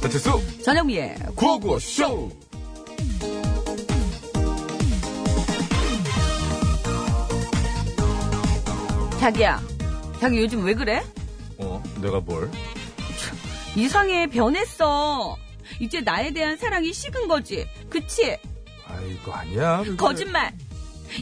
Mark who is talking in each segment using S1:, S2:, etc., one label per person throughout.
S1: 배칠수
S2: 전영미의
S1: 구호구쇼
S2: 자기야. 자기 요즘 왜 그래?
S1: 어 내가 뭘
S2: 이상해. 변했어. 이제 나에 대한 사랑이 식은 거지. 그치?
S1: 네. 아이고 아니야 그게.
S2: 거짓말.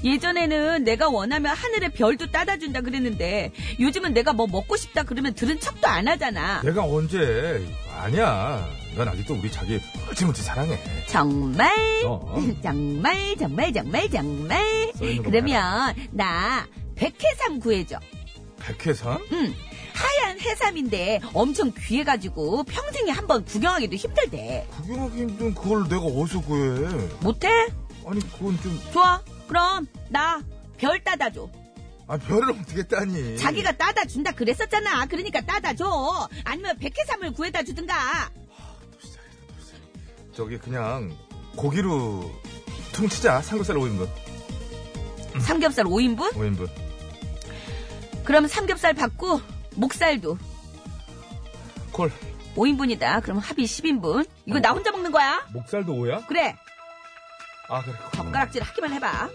S2: 예전에는 내가 원하면 하늘의 별도 따다준다 그랬는데 요즘은 내가 뭐 먹고 싶다 그러면 들은 척도 안 하잖아.
S1: 내가 언제 아니야 난 아직도 우리 자기 멀찌멀찌 사랑해
S2: 정말
S1: 어.
S2: 정말 정말 정말 정말
S1: 써있는 뭐 거
S2: 그러면 나 백해삼 구해줘.
S1: 백혜산
S2: 응. 하얀 해삼인데 엄청 귀해가지고 평생에 한 번 구경하기도 힘들대.
S1: 구경하기 힘든 그걸 내가 어디서 구해
S2: 못해?
S1: 아니 그건 좀
S2: 좋아. 그럼 나 별 따다줘.
S1: 아, 별을 어떻게 따니
S2: 자기가 따다준다 그랬었잖아. 그러니까 따다줘. 아니면 백해삼을 구해다 주든가.
S1: 저기 그냥 고기로 퉁치자 삼겹살 5인분 음.
S2: 삼겹살 5인분?
S1: 5인분
S2: 그럼 삼겹살 받고 목살도
S1: 콜
S2: 5인분이다. 그럼 합이 10인분. 이거 나 혼자 먹는 거야?
S1: 목살도 5야?
S2: 그래.
S1: 아 그래
S2: 젓가락질 하기만 해봐.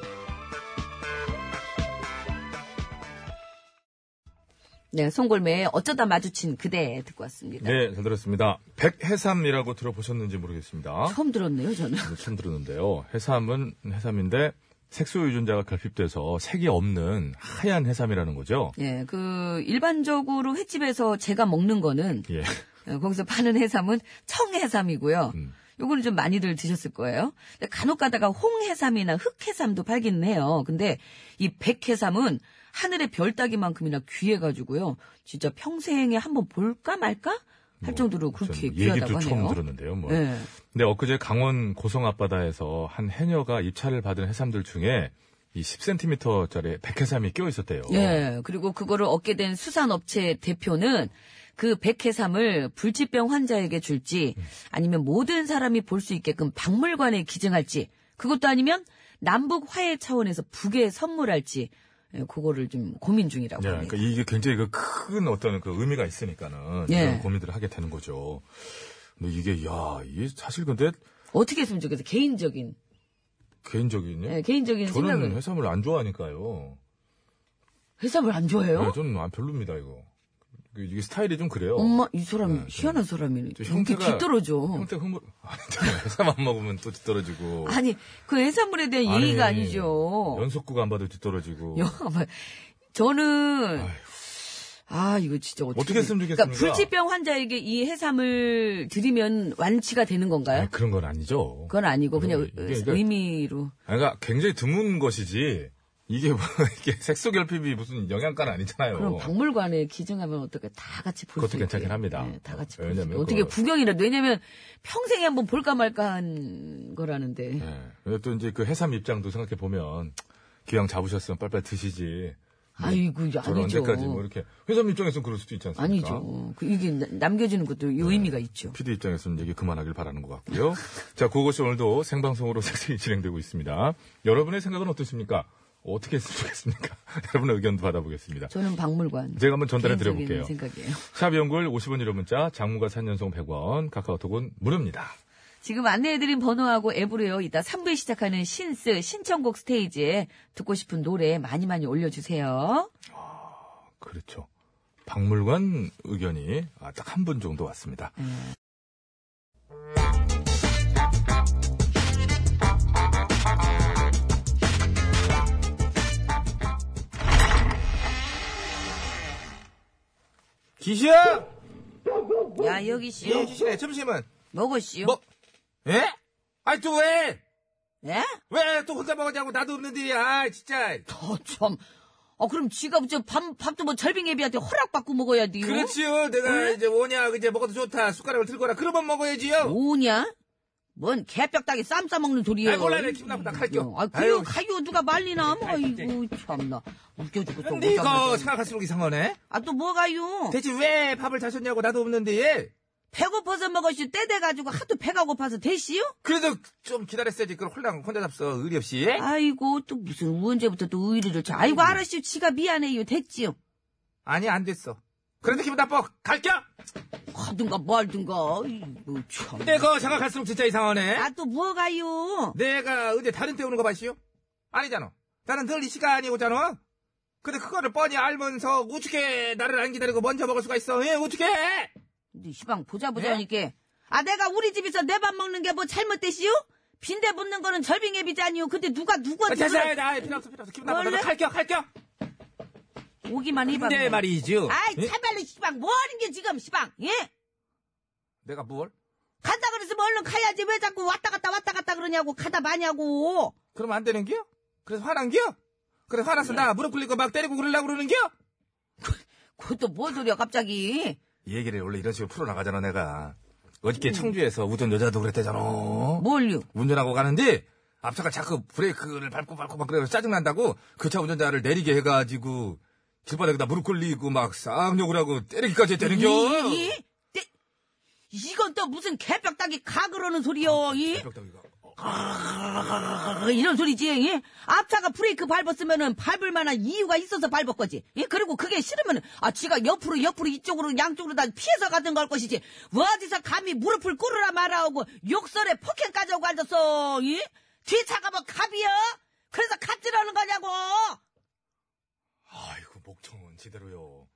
S2: 네, 송골매의 어쩌다 마주친 그대 듣고 왔습니다.
S1: 네, 잘 들었습니다. 백해삼이라고 들어보셨는지 모르겠습니다.
S2: 처음 들었네요, 저는.
S1: 저도 처음 들었는데요. 해삼은 해삼인데 색소 유전자가 결핍돼서 색이 없는 하얀 해삼이라는 거죠.
S2: 예, 그 일반적으로 횟집에서 제가 먹는 거는
S1: 예.
S2: 어, 거기서 파는 해삼은 청해삼이고요.
S1: 음.
S2: 요거는 좀 많이들 드셨을 거예요. 근데 간혹 가다가 홍해삼이나 흑해삼도 팔기는 해요. 근데 이 백해삼은 하늘의 별 따기만큼이나 귀해가지고요. 진짜 평생에 한번 볼까 말까 할 정도로 그렇게
S1: 전 뭐, 얘기도
S2: 귀하다고
S1: 처음
S2: 하네요.
S1: 들었는데요. 뭐.
S2: 예.
S1: 근데 엊그제 강원 고성 앞바다에서 한 해녀가 입찰을 받은 해삼들 중에 이 10cm짜리 백해삼이 껴 있었대요. 네,
S2: 예, 그리고 그거를 얻게 된 수산업체 대표는 그 백해삼을 불치병 환자에게 줄지 아니면 모든 사람이 볼 수 있게끔 박물관에 기증할지 그것도 아니면 남북 화해 차원에서 북에 선물할지 예, 그거를 좀 고민 중이라고
S1: 예,
S2: 합니다.
S1: 그러니까 이게 굉장히 그 큰 어떤 그 의미가 있으니까는
S2: 예.
S1: 이런 고민들을 하게 되는 거죠. 근데 이게 야, 이게 사실 근데
S2: 어떻게 했으면 좋겠어? 개인적인
S1: 개인적인요.
S2: 예, 개인적인
S1: 저는
S2: 생각은
S1: 해삼을 안 좋아하니까요.
S2: 해삼을 안 좋아해요?
S1: 네, 저는 안 별로입니다 이거. 그, 이게 스타일이 좀 그래요.
S2: 엄마 이 사람
S1: 네,
S2: 희한한 사람이네.
S1: 저
S2: 이렇게
S1: 형태가-
S2: 뒤떨어져.
S1: 형태 흐물. 아니, 저는 해삼 안 먹으면 또 뒤떨어지고.
S2: 아니 그 해산물에 대한 예의가
S1: 아니,
S2: 아니죠.
S1: 연속국 안 봐도 뒤떨어지고.
S2: 영화 저는 아 이거 진짜 어떻게,
S1: 어떻게 했으면
S2: 그러니까
S1: 좋겠습니까?
S2: 불치병 환자에게 이 해삼을 드리면 완치가 되는 건가요?
S1: 아니, 그런 건 아니죠.
S2: 그건 아니고 그냥
S1: 그러게. 이게 그러니까-
S2: 의미로
S1: 아니, 그러니까 굉장히 드문 것이지. 이게 뭐 이게 색소 결핍이 무슨 영양가는 아니잖아요.
S2: 그럼 박물관에 기증하면 어떻게 다 같이 볼 수 있게
S1: 어. 그것도 괜찮긴 합니다.
S2: 네, 다 같이 볼수 있게
S1: 왜냐면
S2: 어떻게
S1: 그거-
S2: 구경이라도 왜냐면 평생에 한번 볼까 말까 한 거라는데
S1: 예. 근데 또 이제 그 해삼 입장도 생각해 보면 기왕 잡으셨으면 빨빨 드시지.
S2: 아이고 이거
S1: 저는
S2: 아니죠
S1: 언제까지 뭐 이렇게 회사님 입장에서는 그럴 수도 있지 않습니까? 네.
S2: 아니죠 그 이게 나- 남겨지는 것도 요 의미가 있죠
S1: PD 입장에서는 얘기 그만하길 바라는 것 같고요. 자, 그것이 오늘도 생방송으로 생생히 진행되고 있습니다. 여러분의 생각은 어떠십니까? 어떻게 했으면 좋겠습니까? 여러분의 의견도 받아보겠습니다.
S2: 저는 박물관
S1: 제가 한번 전달해
S2: 개인적인
S1: 드려볼게요.
S2: 생각이에요.
S1: 샵 연구일 50원 유료 문자, 장무가 3년송 100원, 카카오톡은 무료입니다.
S2: 지금 안내해드린 번호하고 앱으로요. 이따 3부에 시작하는 신스 신청곡 스테이지에 듣고 싶은 노래 많이 많이 올려주세요.
S1: 그렇죠. 박물관 의견이 아, 딱 한 분 정도 왔습니다. 기시야!
S2: 야 여기
S1: 예,
S2: 씨요.
S1: 기시네. 점심은?
S2: 먹어 씨요.
S1: 뭐? 예? 아이, 또 왜?
S2: 예?
S1: 왜 또 혼자 먹었냐고 나도 없는데, 아 진짜.
S2: 더 참. 어 그럼 지가 저 밥, 밥도 뭐 절빙 애비한테 허락받고 먹어야지.
S1: 그렇지요. 내가 이제 오냐, 이제 먹어도 좋다. 숟가락을 들거라. 그러면 먹어야지요.
S2: 뭐냐? 뭔 개뼈딱이 쌈 싸먹는 소리야.
S1: 아이, 몰라요. 내 기분 나쁘다. 갈게요.
S2: 아,
S1: 아유.
S2: 그래요. 가요. 누가 말리나. 아이고, 참나. 웃겨 죽겠어.
S1: 근데 이거
S2: 웃겨 죽겠어.
S1: 생각할수록 이상하네.
S2: 아, 또 뭐가요?
S1: 대체 왜 밥을 다셨냐고 나도 없는데.
S2: 배고파서 먹었슈. 떼대가지고 하도 배가 고파서 대시요?
S1: 그래도 좀 기다렸어야지. 그걸 홀랑 혼자 잡서 의리 없이.
S2: 아이고 또 무슨 언제부터 또 의리를 쳐. 아이고 알았슈 지가 미안해요 됐지요.
S1: 아니 안 됐어. 그래도 기분 나빠. 갈게요.
S2: 아, 하든가 말든가. 이, 뭐 참.
S1: 내가 네, 생각할수록 진짜 이상하네.
S2: 아 또 뭐가요?
S1: 내가 어제 다른 때 오는 거 봤시오? 아니잖아. 나는 늘 이 시간이 오잖아. 근데 그거를 뻔히 알면서 어떻게 나를 안 기다리고 먼저 먹을 수가 있어? 예, 어떻게?
S2: 아, 근데 시방 보자 보자
S1: 네?
S2: 하니까 아 내가 우리 집에서 내 밥 먹는 게 뭐 잘못됐시요? 빈대 붙는 거는 절빙의 비자니요. 근데 누가 누구한테
S1: 아, 자자,
S2: 그래?
S1: 나 필요 없어, 필요 없어. 기분 나빠.
S2: 원래?
S1: 나도 갈겨, 갈겨.
S2: 오기만 해봐.
S1: 근데
S2: 그냥.
S1: 말이죠.
S2: 아이
S1: 예?
S2: 차발로 시방 뭐 하는 게 지금 시방 예?
S1: 내가 뭘?
S2: 간다 그랬으면 얼른 가야지 왜 자꾸 왔다 갔다 왔다 갔다 그러냐고 가다 마냐고
S1: 그러면 안 되는 겨? 그래서 화난 겨? 그래서 화나서 나 무릎 꿇리고 막 때리고 그러려고 그러는 겨?
S2: 그것도 뭐 소리야 갑자기
S1: 이 얘기를 원래 이런 식으로 풀어나가잖아, 내가. 어저께 청주에서 우던 여자도 그랬대잖아.
S2: 뭘요?
S1: 운전하고 가는데 앞차가 자꾸 브레이크를 밟고 밟고 막 그래서 짜증난다고 그 차 운전자를 내리게 해가지고 길바닥에다 무릎 꿇리고 막 쌍욕을 하고 때리기까지
S2: 이,
S1: 했다는겨
S2: 이? 떼- 이건 또 무슨 개벽 따기 가 그러는
S1: 아,
S2: 소리여 이?
S1: 벽다귀가. 어,
S2: 아, 이런 소리지 예? 앞차가 브레이크 밟았으면은 밟을 만한 이유가 있어서 밟을 거지 예? 그리고 그게 싫으면은 아 지가 옆으로 옆으로 이쪽으로 양쪽으로 다 피해서 가든 걸 것이지 뭐 어디서 감히 무릎을 꿇으라 말아오고 욕설에 폭행까지 하고 앉았어 예? 뒤차가 뭐 갑이여? 그래서 갑질하는 거냐고
S3: 아이고 목청은 제대로요.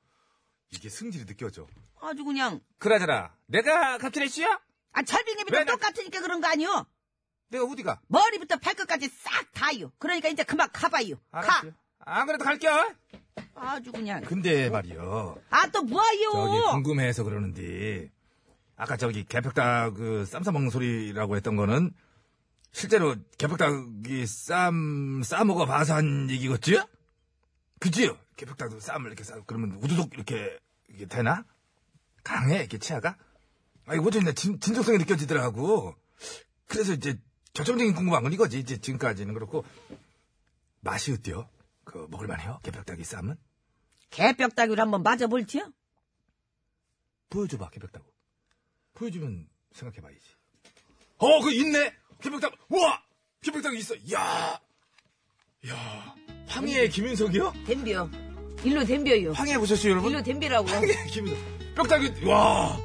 S3: 이게 승질이 느껴져.
S2: 아주 그냥
S1: 그러잖아 내가 갑질했지요?
S2: 아
S1: 왜
S2: 철빙님이
S1: 나-
S2: 똑같으니까 그런 거 아니요
S1: 내가 어디가?
S2: 머리부터 발끝까지 싹 다요 그러니까 이제 그만 가봐요
S1: 알았지요 안 그래도 갈겨
S2: 가 아주 그냥
S1: 근데 말이요
S2: 아 또 뭐요
S1: 저기 궁금해서 그러는데 아까 저기 개벽닭 그 쌈 싸먹는 소리라고 했던 거는 실제로 개벽닭이 쌈 싸먹어 봐서 한 얘기겠지요? 그지요? 개벽닭도 쌈을 이렇게 싸 그러면 우두둑 이렇게 이게 되나? 강해 이렇게 치아가? 아니 어쩐지 진, 진정성이 느껴지더라고 그래서 이제 결정적인 궁금한 건 이거지 이제 지금까지는 그렇고 맛이 어때요? 그 먹을만해요? 개벽닭이 쌈은?
S2: 개벽 따기로 한번 맞아볼지요
S1: 보여줘봐, 개벽다고. 보여주면 생각해봐야지. 어, 그 있네! 개벽다고! 우와! 개벽다고 있어! 이야! 이야! 황해의 김윤석이요?
S2: 댐벼 일로 댐벼요
S1: 황해 보셨어요, 여러분?
S2: 일로 댐비라고
S1: 황해의 김윤석. 뼈다귀, 와!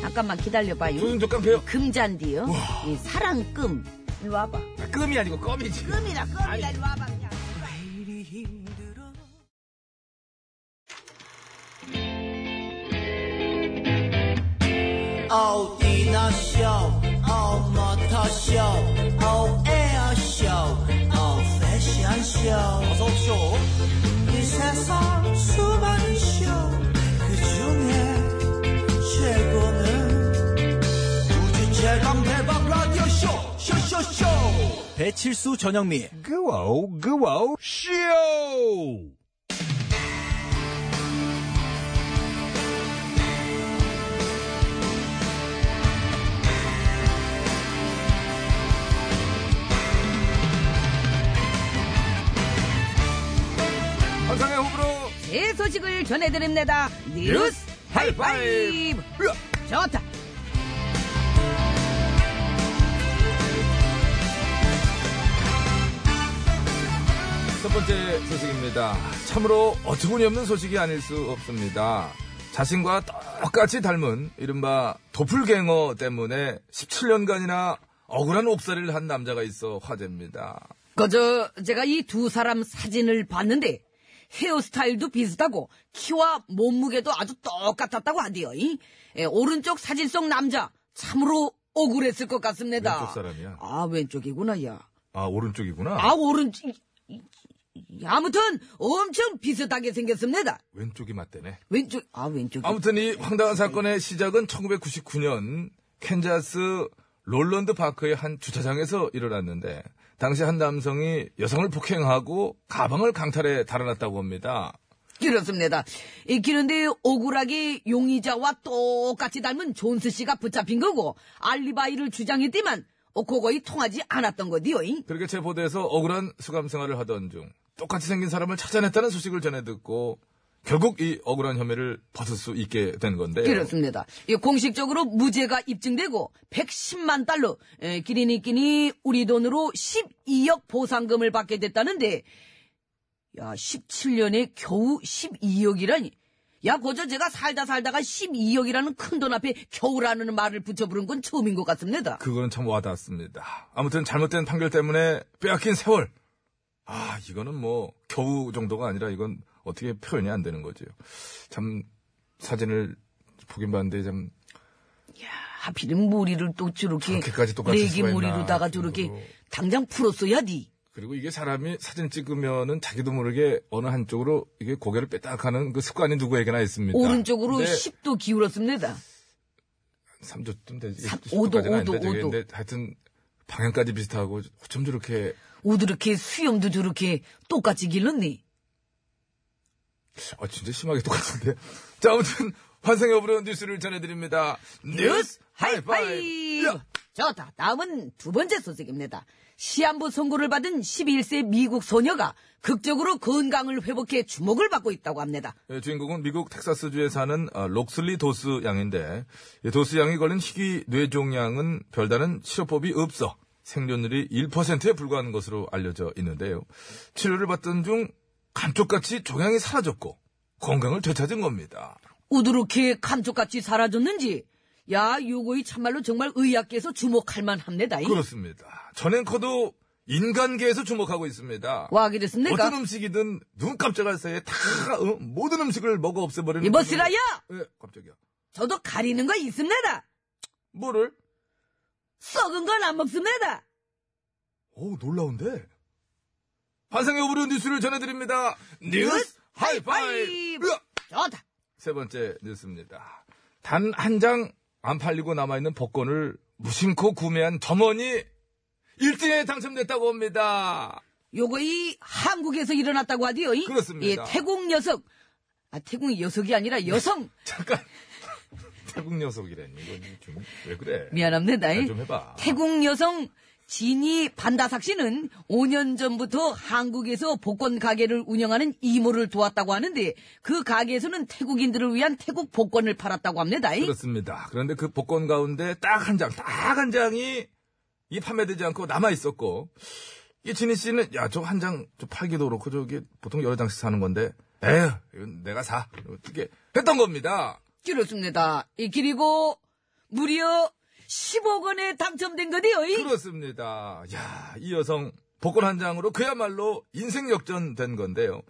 S2: 잠깐만 기다려봐요
S1: 조선족 깡패요?
S2: 금잔디요 이 사랑금 일로 와봐
S1: 아, 끔이 아니고 껌이지.
S2: 금이라 금이라 일로 와봐 그냥
S4: all dinner show, all motor show, all air show, all fashion show. 어서 오쇼. 이 세상 수많은 쇼, 그 중에 최고는 우주 최강 대박 라디오 쇼, 쇼쇼쇼. 배칠수 전영미.
S1: 그와우, 그와우, 쇼! 환상의 호불호
S2: 새 소식을 전해드립니다 뉴스 하이파이브 좋다
S3: 첫 번째 소식입니다. 참으로 어처구니없는 소식이 아닐 수 없습니다. 자신과 똑같이 닮은 이른바 도플갱어 때문에 17년간이나 억울한 옥살이를 한 남자가 있어 화제입니다.
S2: 그저 제가 이 두 사람 사진을 봤는데 헤어스타일도 비슷하고 키와 몸무게도 아주 똑같았다고 하디요. 이? 예, 오른쪽 사진 속 남자 참으로 억울했을 것 같습니다.
S3: 왼쪽 사람이야?
S2: 아 왼쪽이구나 야.
S3: 아 오른쪽이구나.
S2: 아 오른쪽. 이- 이- 이- 아무튼 엄청 비슷하게 생겼습니다.
S3: 왼쪽이 맞대네.
S2: 왼쪽 아 왼쪽.
S3: 아무튼 이 황당한 사건의 시작은 1999년 캔자스 롤런드 파크의 한 주차장에서 일어났는데 당시 한 남성이 여성을 폭행하고 가방을 강탈해 달아났다고 합니다.
S2: 그렇습니다. 이 그런데 억울하게 용의자와 똑같이 닮은 존스 씨가 붙잡힌 거고 알리바이를 주장했지만 어, 그거이 통하지 않았던 거디요. 잉?
S3: 그렇게 제보돼서 억울한 수감 생활을 하던 중 똑같이 생긴 사람을 찾아냈다는 소식을 전해 듣고 결국 이 억울한 혐의를 벗을 수 있게 된
S1: 네.
S3: 건데.
S2: 그렇습니다. 이 공식적으로 무죄가 입증되고 110만 달러, 에, 기린이끼니 우리 돈으로 12억 보상금을 받게 됐다는데, 야 17년에 겨우 12억이라니. 야, 고저 제가 살다 살다가 12억이라는 큰 돈 앞에 겨우라는 말을 붙여 부른 건 처음인 것 같습니다.
S1: 그거는 참 와닿았습니다. 아무튼 잘못된 판결 때문에 빼앗긴 세월. 아, 이거는 뭐 겨우 정도가 아니라 이건 어떻게 표현이 안 되는 거죠. 참 사진을 보긴 봤는데 참
S2: 하필이면 머리를 아, 또 저렇게
S1: 저렇게까지 똑같이
S2: 내기
S1: 수가 있나,
S2: 머리로다가
S1: 그 정도로.
S2: 저렇게 당장 풀었어야 니.
S1: 그리고 이게 사람이 사진 찍으면은 자기도 모르게 어느 한쪽으로 이게 고개를 빼딱하는 그 습관이 누구에게나 있습니다.
S2: 오른쪽으로
S1: 그러니까. 근데
S2: 10도 기울었습니다.
S1: 3조쯤 되지.
S2: 삼-
S1: 10조 까지는
S2: 오도,
S1: 아닌데
S2: 오도,
S1: 저기
S2: 오도.
S1: 근데 하여튼 방향까지 비슷하고 어쩜 저렇게
S2: 옷도 이렇게 수염도 저렇게 똑같이 길렀니?
S1: 아 진짜 심하게 똑같은데. 자 아무튼 환승의 오브로 뉴스를 전해드립니다. 뉴스 하이파이브. 야!
S2: 좋다. 다음은 두 번째 소식입니다. 시한부 선고를 받은 11세 미국 소녀가 극적으로 건강을 회복해 주목을 받고 있다고 합니다.
S1: 예, 주인공은 미국 텍사스주에 사는 아, 록슬리 도스 양인데 이 도스 양이 걸린 희귀 뇌종양은 별다른 치료법이 없어 생존율이 1%에 불과한 것으로 알려져 있는데요. 치료를 받던 중 감쪽같이 종양이 사라졌고 건강을 되찾은 겁니다.
S2: 우두룩히 감쪽같이 사라졌는지 야 요거이 참말로 정말 의학계에서 주목할 만합니다.
S1: 그렇습니다. 전 앵커도 인간계에서 주목하고 있습니다.
S2: 와게 됐습니까?
S1: 어떤 음식이든 눈 깜짝할 사이에 다 어, 모든 음식을 먹어 없애버리는
S2: 이보시라야
S1: 그- 예, 깜짝이야.
S2: 저도 가리는 거 있습니다.
S1: 뭐를?
S2: 썩은 건 안 먹습니다.
S1: 오, 놀라운데? 환상의 오브로 뉴스를 전해드립니다. 뉴스 하이파이브! 으아!
S2: 좋다.
S1: 세 번째 뉴스입니다. 단 한 장 안 팔리고 남아있는 복권을 무심코 구매한 점원이 1등에 당첨됐다고 합니다.
S2: 요거 이 한국에서 일어났다고 하디요. 이?
S1: 그렇습니다. 네.
S2: 예, 태국 녀석. 아, 태국 녀석이 아니라 여성.
S1: 잠깐. 태국 녀석이라니. 이건 좀, 왜 그래?
S2: 미안합니다.
S1: 아, 좀 해봐.
S2: 태국 여성 진이 반다삭 씨는 5년 전부터 한국에서 복권 가게를 운영하는 이모를 도왔다고 하는데 그 가게에서는 태국인들을 위한 태국 복권을 팔았다고 합니다.
S1: 그렇습니다. 그런데 그 복권 가운데 딱 한 장, 딱 한 장이 이 판매되지 않고 남아 있었고, 이 진희 씨는, 야, 저 한 장 저 팔기도 그렇고, 저기 보통 여러 장씩 사는 건데, 에휴, 이건 내가 사. 어떻게 했던 겁니다.
S2: 그렇습니다. 이 그리고 무려 10억 원에 당첨된 거디요. 이?
S1: 그렇습니다. 야, 이 여성 복권 한 장으로 그야말로 인생 역전된 건데요.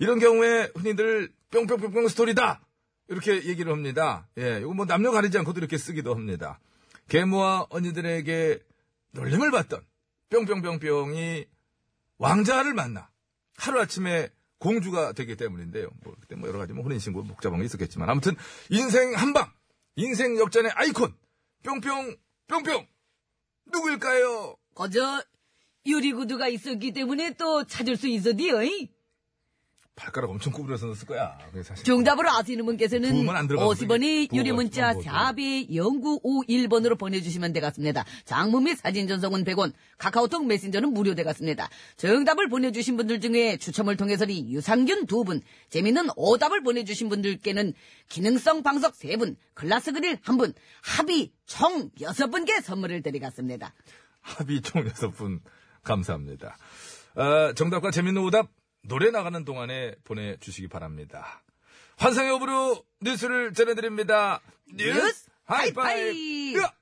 S1: 이런 경우에 흔히들 뿅뿅뿅뿅 스토리다 이렇게 얘기를 합니다. 예, 이거 뭐 남녀 가리지 않고도 이렇게 쓰기도 합니다. 계모와 언니들에게 놀림을 받던 뿅뿅뿅뿅이 왕자를 만나 하루 아침에 공주가 되기 때문인데요. 뭐 그때 뭐 여러 가지 뭐 혼인 신고 복잡한 게 있었겠지만 아무튼 인생 한방 인생 역전의 아이콘 뿅뿅 뿅뿅 누구일까요?
S2: 거저 유리구두가 있었기 때문에 또 찾을 수 있었디요. 이?
S1: 발가락 엄청 구부려서 넣었을 거야. 그게 사실.
S2: 정답을 아시는 분께서는
S1: 부음은 안 들어가고
S2: 50원이
S1: 이게
S2: 유리 문자
S1: 부어가지고 안
S2: 4배 0951번으로 보내주시면 되겠습니다. 장문 및 사진 전송은 100원, 카카오톡 메신저는 무료되겠습니다. 정답을 보내주신 분들 중에 추첨을 통해서는 유산균 2분, 재미있는 오답을 보내주신 분들께는 기능성 방석 3분, 글라스 그릴 1분, 합의 총 6분께 선물을 드리겠습니다.
S1: 합의 총 6분 감사합니다. 아, 정답과 재밌는 오답 노래 나가는 동안에 보내주시기 바랍니다. 환상의 오브로 뉴스를 전해드립니다. 뉴스
S2: 뉴스
S1: 하이파이브!
S2: 하이파이브!
S1: 야!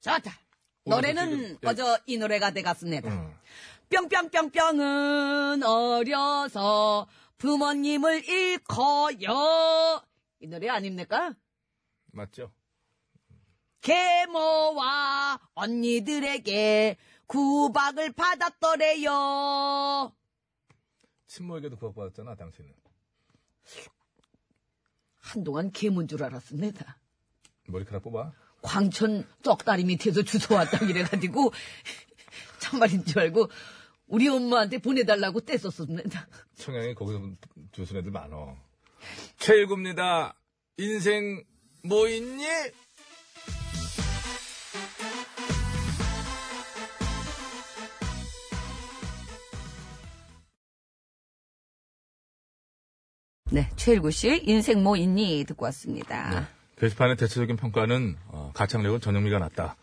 S2: 좋다.
S1: 오늘도
S2: 노래는
S1: 지금, 예.
S2: 어저 이 노래가 되겠습니다.
S1: 음.
S2: 뿅뿅뿅뿅은 어려서 부모님을 잃고요. 이 노래 아닙니까?
S1: 맞죠?
S2: 계모와 언니들에게 구박을 받았더래요.
S1: 친모에게도 구박받았잖아, 당신은.
S2: 한동안 계모인 줄 알았습니다.
S1: 머리카락 뽑아.
S2: 광천 떡다리 밑에서 주워왔다 이래가지고 참말인 줄 알고 우리 엄마한테 보내달라고 떼썼습니다.
S1: 청양에 거기서 주신 애들 많어. 최일구입니다. 인생 뭐 있니?
S2: 네, 최일구 씨의 인생 뭐 있니 듣고 왔습니다.
S1: 게시판의 대체적인 평가는 어, 가창력은 전영미가 낮다.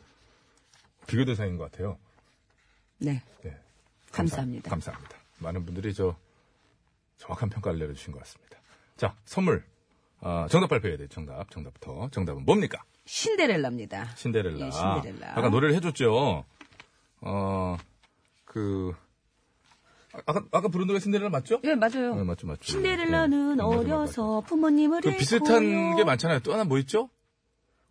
S1: 비교 대상인 것 같아요.
S2: 네,
S1: 네,
S2: 감사합니다.
S1: 감사- 감사합니다. 많은 분들이 저 정확한 평가를 내려주신 것 같습니다. 자, 선물 어, 정답 발표해야 돼요. 정답, 정답부터. 정답은 뭡니까?
S2: 신데렐라입니다.
S1: 신데렐라.
S2: 예, 신데렐라.
S1: 아까 노래를 해줬죠. 어, 그, 아, 아까, 아까 부른 노래 신데렐라 맞죠?
S2: 예, 맞아요.
S1: 네, 맞죠, 맞죠.
S2: 신데렐라는
S1: 네, 맞아요, 맞아요.
S2: 어려서 부모님을
S1: 그
S2: 잃고요.
S1: 비슷한 게 많잖아요. 또 하나 뭐 있죠?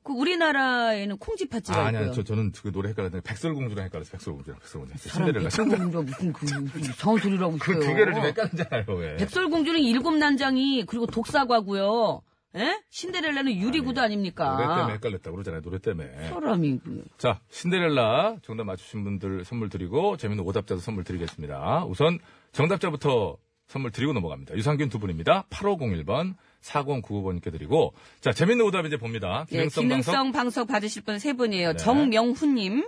S2: 그 우리나라에는 콩쥐팥쥐가
S1: 아, 아니,
S2: 있고요.
S1: 아니, 저, 저는 그 노래 헷갈렸는데, 백설공주랑 헷갈렸어요. 백설공주랑, 백설공주랑. 신데렐라.
S2: 사람 백설공주가 무슨 그 이상한 소리라고
S1: 그 두 개를 좀 헷갈리잖아요, 왜.
S2: 백설공주는 일곱 난장이 그리고 독사과고요. 예? 신데렐라는 유리구두
S1: 노래 때문에
S2: 아닙니까?
S1: 헷갈렸다고 그러잖아요, 노래 때문에.
S2: 사람이 그
S1: 자, 신데렐라 정답 맞추신 분들 선물 드리고 재밌는 오답자도 선물 드리겠습니다. 우선 정답자부터 선물 드리고 넘어갑니다. 유산균 두 분입니다. 8501번, 4099번님께 드리고 자, 재밌는 오답 이제 봅니다.
S2: 예,
S1: 기능성, 방석.
S2: 기능성 방석 받으실 분 세 분이에요.
S1: 네.
S2: 정명훈님,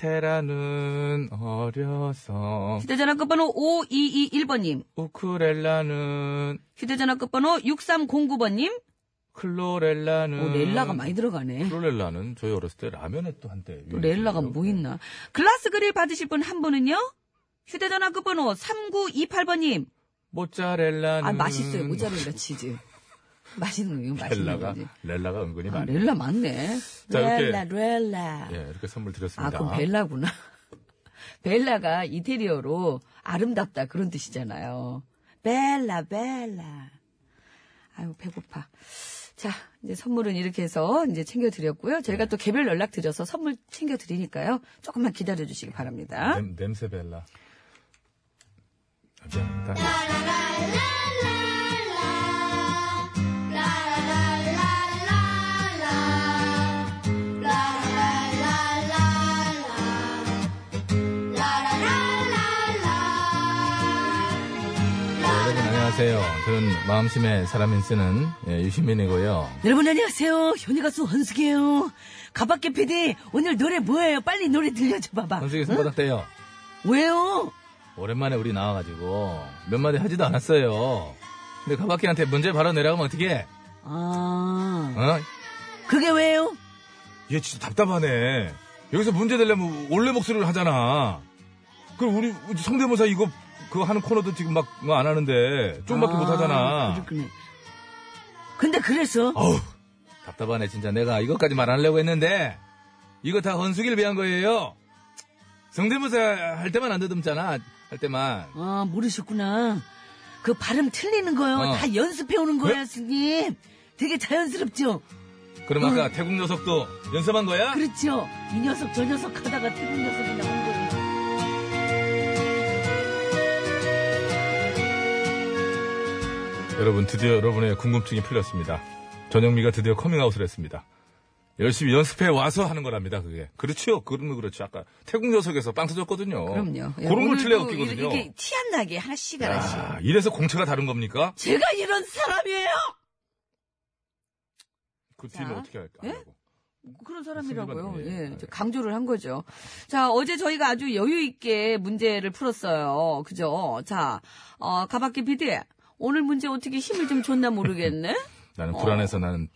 S1: 카스테라는 어려서
S2: 휴대전화 끝번호 5221번님,
S1: 우크렐라는
S2: 휴대전화 끝번호 6309번님,
S1: 클로렐라는
S2: 오, 렐라가 많이 들어가네.
S1: 클로렐라는 저희 어렸을 때 라면에 또 한때
S2: 예. 또 렐라가 뭐 있나. 글라스 그릴 받으실 분 한 분은요? 휴대전화 끝번호 3928번님,
S1: 모짜렐라는
S2: 아, 맛있어요. 모짜렐라 치즈. 맛있는 거예요. 맛있는
S1: 렐라가
S2: 거지.
S1: 렐라가 은근히
S2: 아,
S1: 많이
S2: 렐라 맞네.
S1: 자,
S2: 렐라,
S1: 이렇게.
S2: 렐라.
S1: 예, 이렇게 선물
S2: 아,
S1: 드렸습니다.
S2: 그럼 벨라구나. 벨라가 이태리어로 아름답다 그런 뜻이잖아요. 벨라, 벨라. 아유, 배고파. 자, 이제 선물은 이렇게 해서 이제 챙겨드렸고요. 저희가
S1: 네.
S2: 또 개별 연락드려서 선물 챙겨드리니까요. 조금만 기다려주시기 바랍니다.
S1: 냄, 냄새 벨라. 아, 미안합니다. 네, 여러분 안녕하세요. 저는 마음심의 사람인 쓰는 예, 유시민이고요.
S2: 여러분 안녕하세요. 현희 가수 헌숙이에요. 가밖에 PD 오늘 노래 뭐예요? 빨리 노래 들려줘 봐봐.
S1: 선수기 손바닥대요.
S2: 왜요?
S1: 오랜만에 우리 나와가지고 몇 마디 하지도 않았어요. 근데 가박기한테 문제 바로 내라면 어떻게?
S2: 아,
S1: 어?
S2: 그게 왜요?
S1: 얘 진짜 답답하네. 여기서 문제 내려면 원래 목소리를 하잖아. 그럼 우리 성대모사 이거 그거 하는 코너도 지금 막뭐 안 하는데 좀밖에
S2: 아,
S1: 못 하잖아.
S2: 그렇군요. 근데 그래서
S1: 어우 답답하네 진짜 내가 이것까지 말하려고 했는데 이거 다 헌숙이를 위한 거예요. 성대모사 할 때만 안 더듬잖아. 할 때만.
S2: 아 모르셨구나. 그 발음 틀리는 거요.
S1: 어.
S2: 다 연습해 오는 거예요, 스님. 되게 자연스럽죠.
S1: 그럼 아까
S2: 음.
S1: 태국 녀석도 연습한 거야?
S2: 그렇죠. 이 녀석 저 녀석 하다가 태국 녀석이 나온 거예요.
S1: 여러분 드디어 여러분의 궁금증이 풀렸습니다. 전영미가 드디어 커밍아웃을 했습니다. 열심히 연습해 와서 하는 거랍니다. 그게 그렇죠. 그러면 그렇죠. 아까 태국 녀석에서 빵 터졌거든요.
S2: 그럼요. 예,
S1: 그런 걸
S2: 오늘도
S1: 틀려 웃기거든요.
S2: 이렇게 티 안 나게 하나씩 하나씩.
S1: 아, 이래서 공채가 다른 겁니까?
S2: 제가 이런 사람이에요.
S1: 그 뒤는
S2: 자.
S1: 어떻게 할까?
S2: 예?
S1: 하려고.
S2: 그런 사람이라고요.
S1: 승리받네.
S2: 예,
S1: 네.
S2: 저 강조를 한 거죠. 자, 어제 저희가 아주 여유 있게 문제를 풀었어요. 그죠? 자, 어, 가박기 PD, 오늘 문제 어떻게 힘을 좀 줬나 모르겠네.
S1: 나는 불안해서 나는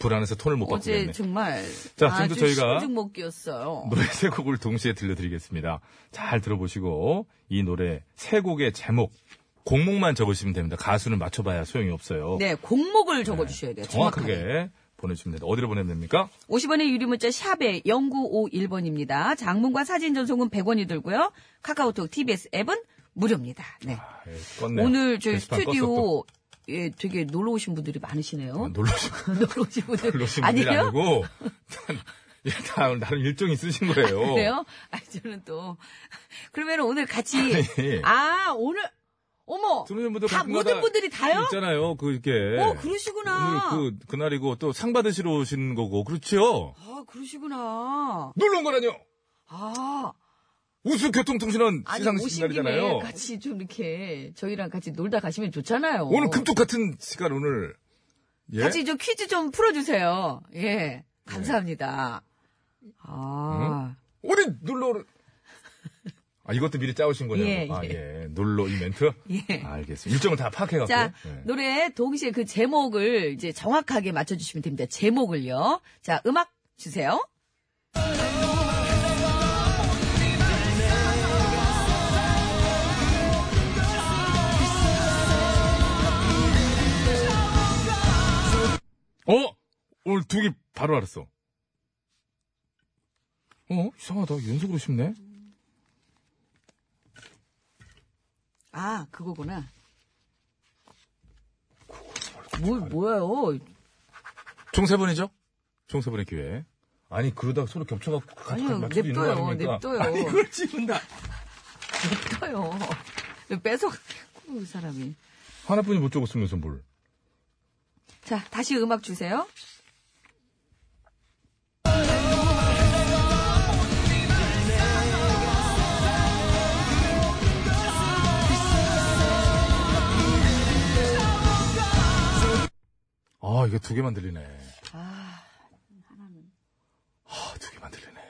S1: 불안해서 톤을 못
S2: 어. 어제
S1: 바꾸겠네.
S2: 정말
S1: 자, 지금도
S2: 아주
S1: 저희가 뭐-
S2: 신중목기였어요.
S1: 노래 세 곡을 동시에 들려드리겠습니다. 잘 들어보시고 이 노래 세 곡의 제목 곡목만 적으시면 됩니다. 가수는 맞춰봐야 소용이 없어요.
S2: 네, 공목을 적어주셔야 돼요. 정확하게.
S1: 네, 정확하게 보내주시면 됩니다. 어디로 보내면 됩니까?
S2: 50원의 유리 문자 샵에 0951번입니다. 장문과 사진 전송은 100원이 들고요. 카카오톡, TBS 앱은 무료입니다. 네.
S1: 아, 예, 껐네요.
S2: 오늘 저희
S1: 게시판 껐어, 또.
S2: 스튜디오 예, 되게 놀러 오신 분들이 많으시네요.
S1: 아, 놀러 오신 분들
S2: 놀러 오신 분들
S1: 놀러 오신 분들이
S2: 네. 아니에요?
S1: 아니고 예, 다 나름 일정이 있으신 거예요.
S2: 그래요? 아니 저는 또 그러면 오늘 같이
S1: 아니.
S2: 아 오늘 어머
S1: 들어오신 예. 분들
S2: 다
S1: 가끔가다
S2: 모든 분들이 다요?
S1: 있잖아요. 그 이렇게.
S2: 어 그러시구나.
S1: 오늘 그 그날이고 또 상 받으시러 오신 거고 그렇죠.
S2: 아 그러시구나.
S1: 놀러 온 거라뇨.
S2: 아
S1: 우수교통통신원
S2: 아니
S1: 시상식
S2: 오신 김에
S1: 날이잖아요.
S2: 같이 좀 이렇게 저희랑 같이 놀다 가시면 좋잖아요.
S1: 오늘 금쪽 같은 시간 오늘 예?
S2: 같이 좀 퀴즈 좀 풀어주세요. 예 감사합니다. 아
S1: 우리 놀러 오는 아 이것도 미리 짜오신 거냐고.
S2: 예,
S1: 아
S2: 예.
S1: 예. 놀러 이벤트.
S2: 예.
S1: 알겠습니다. 일정을 다 파악해 갖고. 예.
S2: 자, 노래 동시에 그 제목을 이제 정확하게 맞춰주시면 됩니다. 제목을요. 자, 음악 주세요.
S1: 어? 오늘 두 개 바로 알았어. 어? 이상하다. 연속으로 쉽네.
S2: 아, 그거구나. 뭘, 뭐예요?
S1: 총 세 번이죠? 총 세 번의 기회. 아니, 그러다가 서로 겹쳐갖고 같이
S2: 아니요,
S1: 맞출 수 있는 거
S2: 냅둬요,
S1: 아닙니까?
S2: 냅둬요.
S1: 아니, 이걸 찍는다.
S2: 떠요. 뺏어가고, 그 사람이.
S1: 하나뿐이 못 적었으면서 뭘.
S2: 자, 다시 음악 주세요.
S1: 아, 이게 두 개만 들리네.
S2: 아,
S1: 아, 두 개만 들리네.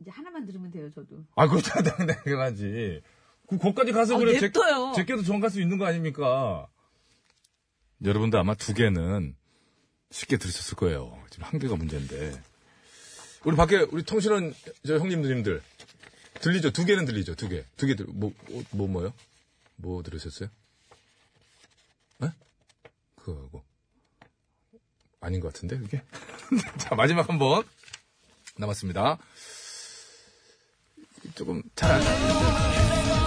S2: 이제 하나만 들으면 돼요, 저도.
S1: 아, 그렇다, 당- 당연하지. 그, 거기까지 가서
S2: 아,
S1: 그래.
S2: 냅둬요.
S1: 제, 제께도 정갈 수 있는 거 아닙니까? 여러분도 아마 두 개는 쉽게 들으셨을 거예요. 지금 한 개가 문제인데. 우리 밖에, 우리 통신원, 저 형님, 누님들. 들리죠? 두 개는 들리죠? 두 개. 두 개 들, 뭐, 뭐, 뭐, 뭐요? 뭐 들으셨어요? 에? 그거하고. 아닌 것 같은데, 그게? 자, 마지막 한 번. 남았습니다. 조금 잘 안.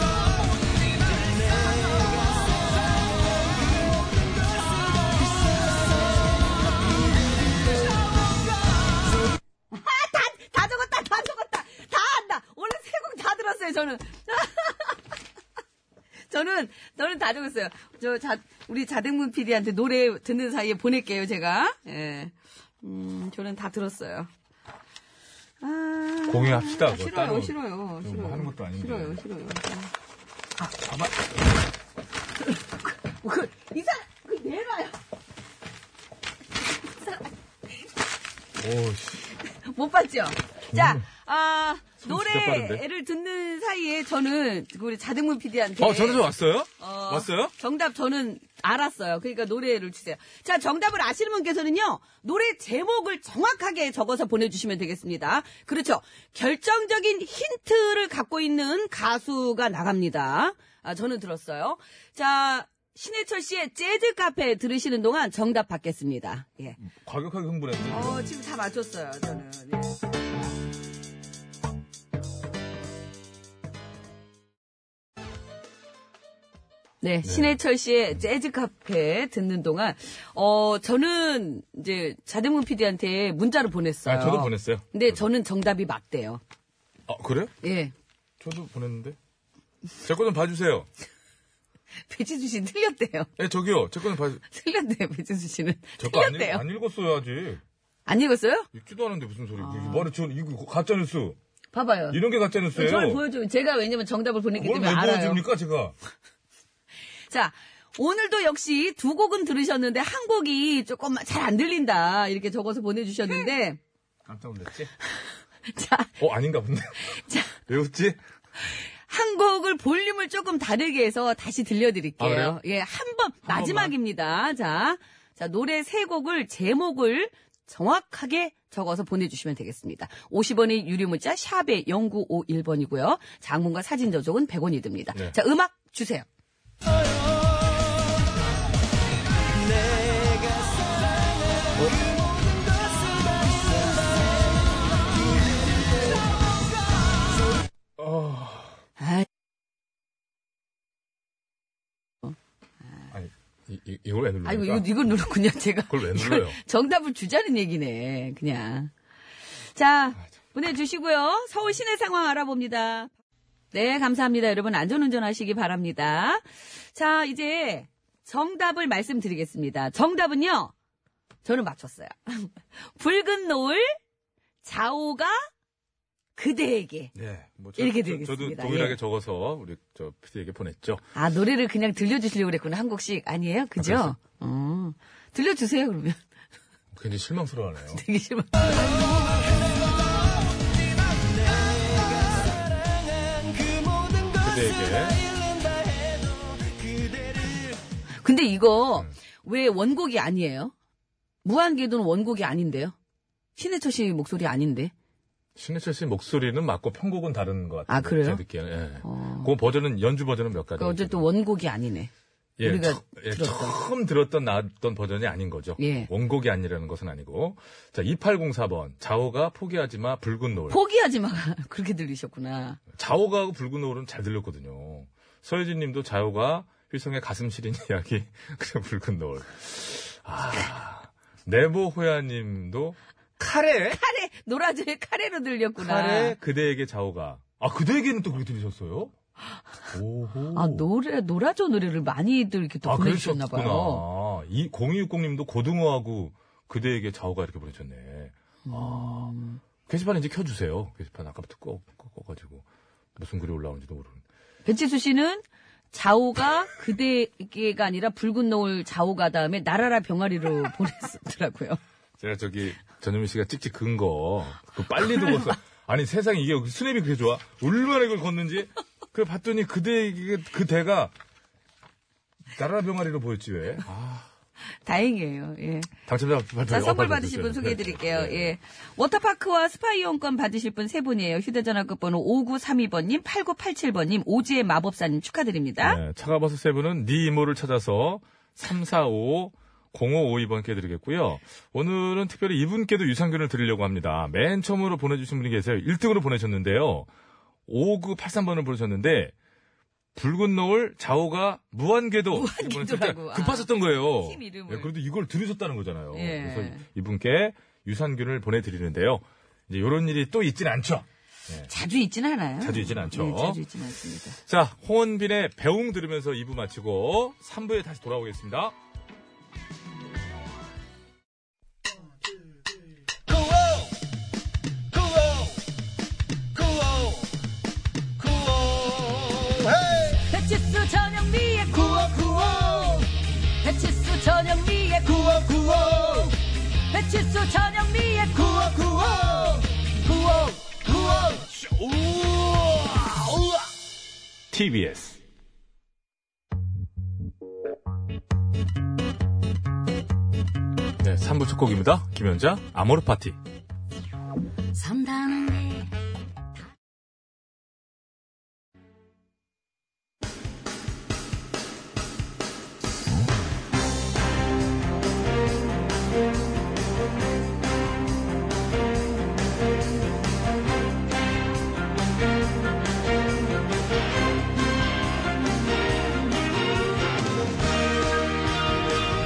S2: 다, 다 적었다, 다 적었다, 다 안다. 오늘 세 곡 다 들었어요, 저는. 저는, 저는 다 적었어요. 저, 자, 우리 자댕문 PD한테 노래 듣는 사이에 보낼게요, 제가. 예. 음, 저는 다 들었어요. 아,
S1: 공유합시다, 그거
S2: 싫어요,
S1: 따로.
S2: 싫어요,
S1: 뭐
S2: 싫어요.
S1: 하는 것도 아닌데.
S2: 싫어요, 싫어요. 아, 가만. 그, 이 사람, 그, 내놔요.
S1: 오, 씨.
S2: 못 봤죠? 자, 아,
S1: 음. 진짜 빠른데?
S2: 노래를 듣는 사이에 저는 그 우리 자등문 PD한테.
S1: 어, 전화 좀 왔어요? 왔어요?
S2: 정답 저는 알았어요. 그러니까 노래를 주세요. 자, 정답을 아시는 분께서는요, 노래 제목을 정확하게 적어서 보내주시면 되겠습니다. 그렇죠. 결정적인 힌트를 갖고 있는 가수가 나갑니다. 아, 저는 들었어요. 자, 신해철 씨의 재즈 카페 들으시는 동안 정답 받겠습니다. 예.
S1: 과격하게 흥분했는데.
S2: 어, 지금 다 맞췄어요, 저는. 예. 네, 신해철 씨의 재즈 카페 듣는 동안, 어, 저는 이제 자대문 PD한테 문자를 보냈어요.
S1: 아, 저도 보냈어요.
S2: 근데 저는 정답이 맞대요.
S1: 아, 그래요?
S2: 예.
S1: 저도 보냈는데. 제 거 좀 봐주세요.
S2: 배지수 씨는 틀렸대요.
S1: 예, 저기요. 제 거 좀 봐주세요.
S2: 틀렸대요, 배지수 씨는.
S1: 저거 안, 읽,
S2: 틀렸대요.
S1: 안 읽었어요, 아직.
S2: 안 읽었어요?
S1: 읽지도 않은데 무슨
S2: 아.
S1: 소리. 이거 말해, 저, 이거 가짜뉴스.
S2: 봐봐요.
S1: 이런 게 가짜뉴스예요.
S2: 저를 보여주면 제가 왜냐면 정답을 보냈기
S1: 그걸
S2: 때문에
S1: 왜
S2: 알아요.
S1: 보여줍니까, 제가?
S2: 자, 오늘도 역시 두 곡은 들으셨는데 한 곡이 조금 잘 안 들린다 이렇게 적어서 보내주셨는데
S1: 깜짝 놀랐지?
S2: 자,
S1: 어, 아닌가 본데.
S2: 자,
S1: 왜 웃지?
S2: 한 곡을 볼륨을 조금 다르게 해서 다시
S1: 아,
S2: 들려드릴게요.
S1: 그래요?
S2: 예, 한 번 마지막입니다. 자, 자 노래 세 곡을 제목을 정확하게 적어서 보내주시면 되겠습니다. 50원의 유료 문자 샵의 0951번이고요. 장문과 사진 저쪽은 100원이 듭니다.
S1: 네.
S2: 자, 음악 주세요. 아,
S1: 아니, 이, 이, 이걸 왜 누르니까?
S2: 아이고, 이거, 이거 누르군요, 제가.
S1: 음, 그러니까. 그걸 왜 눌러요?
S2: 정답을 주자는 얘기네, 그냥. 자,
S1: 아,
S2: 보내주시고요. 서울 시내 상황 알아봅니다. 네, 감사합니다. 여러분, 안전운전 하시기 바랍니다. 자, 이제 정답을 말씀드리겠습니다. 정답은요, 저는 맞췄어요. 붉은 노을, 자오가 그대에게.
S1: 네, 뭐
S2: 이렇게
S1: 저, 도
S2: 드리겠습니다.
S1: 동일하게
S2: 예.
S1: 적어서 우리 저 PD에게 보냈죠.
S2: 아, 노래를 그냥 들려주시려고 그랬구나, 한 곡씩. 아니에요? 그죠? 어, 들려주세요, 그러면.
S1: 굉장히 실망스러워하네요.
S2: 되게 싫어.
S1: 그대에게.
S2: 근데 이거
S1: 음.
S2: 왜 원곡이 아니에요? 무한궤도는 원곡이 아닌데요? 신해철 씨 목소리 아닌데?
S1: 신해철 씨 목소리는 맞고 편곡은 다른 것 같아요.
S2: 아, 그래요?
S1: 제 느끼에는. 예. 그 버전은 연주 버전은 몇 가지.
S2: 그러니까 어쨌든 원곡이 아니네.
S1: 예,
S2: 우리가
S1: 처- 예,
S2: 들었던.
S1: 처음 들었던 나왔던 버전이 아닌 거죠.
S2: 예.
S1: 원곡이 아니라는 것은 아니고. 자, 2804번. 자오가 포기하지 마 붉은 노을.
S2: 포기하지 마. 그렇게 들리셨구나.
S1: 자오가하고 붉은 노을은 잘 들렸거든요. 서예진 님도 자오가 휘성의 가슴 시린 이야기. 그래 붉은 노을. 아. 네모호야 님도
S5: 카레?
S2: 카레 노라조의 카레로 들렸구나.
S1: 카레 그대에게 자오가. 아, 그대에게는 또 그렇게 들으셨어요? 오호.
S2: 아 노래 노라조 노래를 많이들 이렇게 또
S1: 아,
S2: 보내주셨나 봐요.
S1: 그러셨구나. 이 0260님도 고등어하고 그대에게 자오가 이렇게 보내셨네.
S2: 음.
S1: 아, 게시판에 이제 켜주세요. 게시판 아까부터 꺼, 꺼가지고. 무슨 글이 올라오는지도 모르는.
S2: 배치수 씨는 자오가 그대가 아니라 붉은 노을 자오가 다음에 나라라 병아리로 보냈더라고요.
S1: 제가 저기, 전현미 씨가 찍찍 근 거, 그 빨리 도었어 아니 세상에 이게 수냅이 그렇게 좋아? 얼마나 이걸 걷는지? 그래 봤더니 그대, 그대가 나라 병아리로 보였지 왜? 아,
S2: 다행이에요. 예.
S1: 당첨자 발표.
S2: 자, 선물
S1: 어, 발표
S2: 받으실 분
S1: 됐어요.
S2: 소개해 드릴게요.
S1: 네.
S2: 예. 워터파크와 스파 이용권 받으실 분 세 분이에요. 휴대전화 끝번호 5932번님, 8987번님, 오지의 마법사님 축하드립니다.
S1: 네, 차가버스 세븐은 네 이모를 찾아서 345 0552번께 드리겠고요. 오늘은 특별히 이분께도 유산균을 드리려고 합니다. 맨 처음으로 보내주신 분이 계세요. 1등으로 보내셨는데요. 5983번을 보내셨는데 붉은 노을 자오가 무한궤도
S2: 무한궤도라고.
S1: 보내셨죠.
S2: 아,
S1: 급하셨던 거예요.
S2: 팀 이름을.
S1: 예, 그래도 이걸 들으셨다는 거잖아요.
S2: 예.
S1: 그래서 이분께 유산균을 보내드리는데요. 이제 이런 일이 또 있진 않죠.
S2: 자주 있진 않아요.
S1: 자주 있진 않죠.
S2: 네, 자주 있진 않습니다.
S1: 자, 홍원빈의 배웅 들으면서 2부 마치고 3부에 다시 돌아오겠습니다.
S2: 배치수 전영미의 구호구호 배치수 전영미의 구호구호 배치수 전영미의 구호
S1: TBS. 네, 3부 첫 곡입니다. 김현자, 아모르 파티.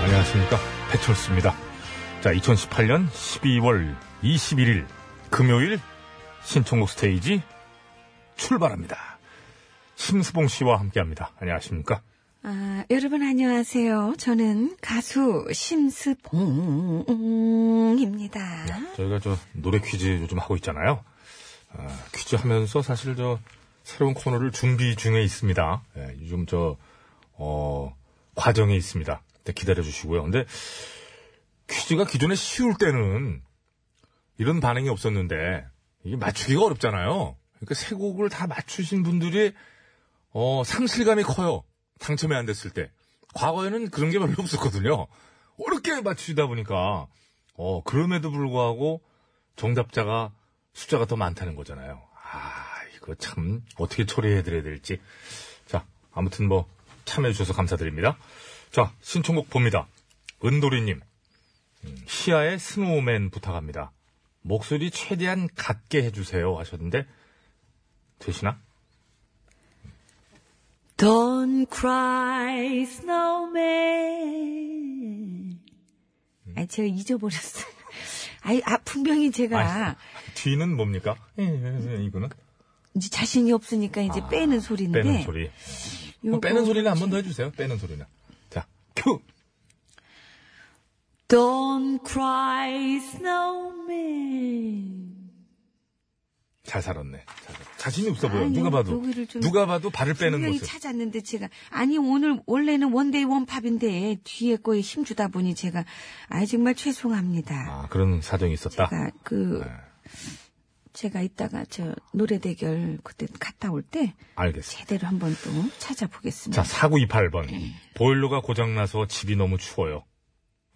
S1: 안녕하십니까. 배철수입니다. 자, 2018년 12월 21일 금요일 신청곡 스테이지 출발합니다. 심수봉 씨와 함께 합니다. 안녕하십니까.
S2: 아, 여러분 안녕하세요. 저는 가수 심스봉입니다.
S1: 저희가 저 노래 퀴즈 요즘 하고 있잖아요. 아, 퀴즈 하면서 사실 저 새로운 코너를 준비 중에 있습니다. 예, 요즘 저, 어, 과정에 있습니다. 네, 기다려주시고요. 근데 퀴즈가 기존에 쉬울 때는 이런 반응이 없었는데 이게 맞추기가 어렵잖아요. 그러니까 세 곡을 다 맞추신 분들이 어, 상실감이 커요. 당첨이 안 됐을 때. 과거에는 그런 게 별로 없었거든요. 어렵게 맞추다 보니까. 어, 그럼에도 불구하고 정답자가 숫자가 더 많다는 거잖아요. 아, 이거 참 어떻게 처리해드려야 될지. 자, 아무튼 뭐 참여해주셔서 감사드립니다. 자, 신청곡 봅니다. 은도리님. 음, 시아의 스노우맨 부탁합니다. 목소리 최대한 같게 해주세요 하셨는데 되시나?
S2: Don't cry, snowman.
S1: 음.
S2: 아, 제가 잊어버렸어요. 아이, 아, 분명히 제가
S1: 뒤는 뭡니까? 예, 예, 예, 이거는
S2: 이제 자신이 없으니까 이제 빼는 소리인데.
S1: 아, 빼는 소리.
S2: 요거-
S1: 빼는 소리는 한 번 더 해주세요. 빼는 소리는. 자, 큐.
S2: Don't cry, snowman.
S1: 잘 살았네. 잘 살았네. 자신이 없어 보여.
S2: 아니,
S1: 누가 봐도
S2: 여기를 좀-
S1: 누가 봐도 발을 빼는
S2: 분명히
S1: 모습.
S2: 찾았는데 제가 아니 오늘 원래는 원데이 원팝인데 뒤에 거에 힘 주다 보니 제가 아 정말 죄송합니다.
S1: 아 그런 사정이 있었다.
S2: 제가 그
S1: 네.
S2: 제가 이따가 저 노래 대결 그때 갔다 올 때
S1: 알겠습니다.
S2: 제대로 한번 또
S1: 자,
S2: 찾아보겠습니다.
S1: 4928번.
S2: 네.
S1: 보일러가 고장나서 집이 너무 추워요.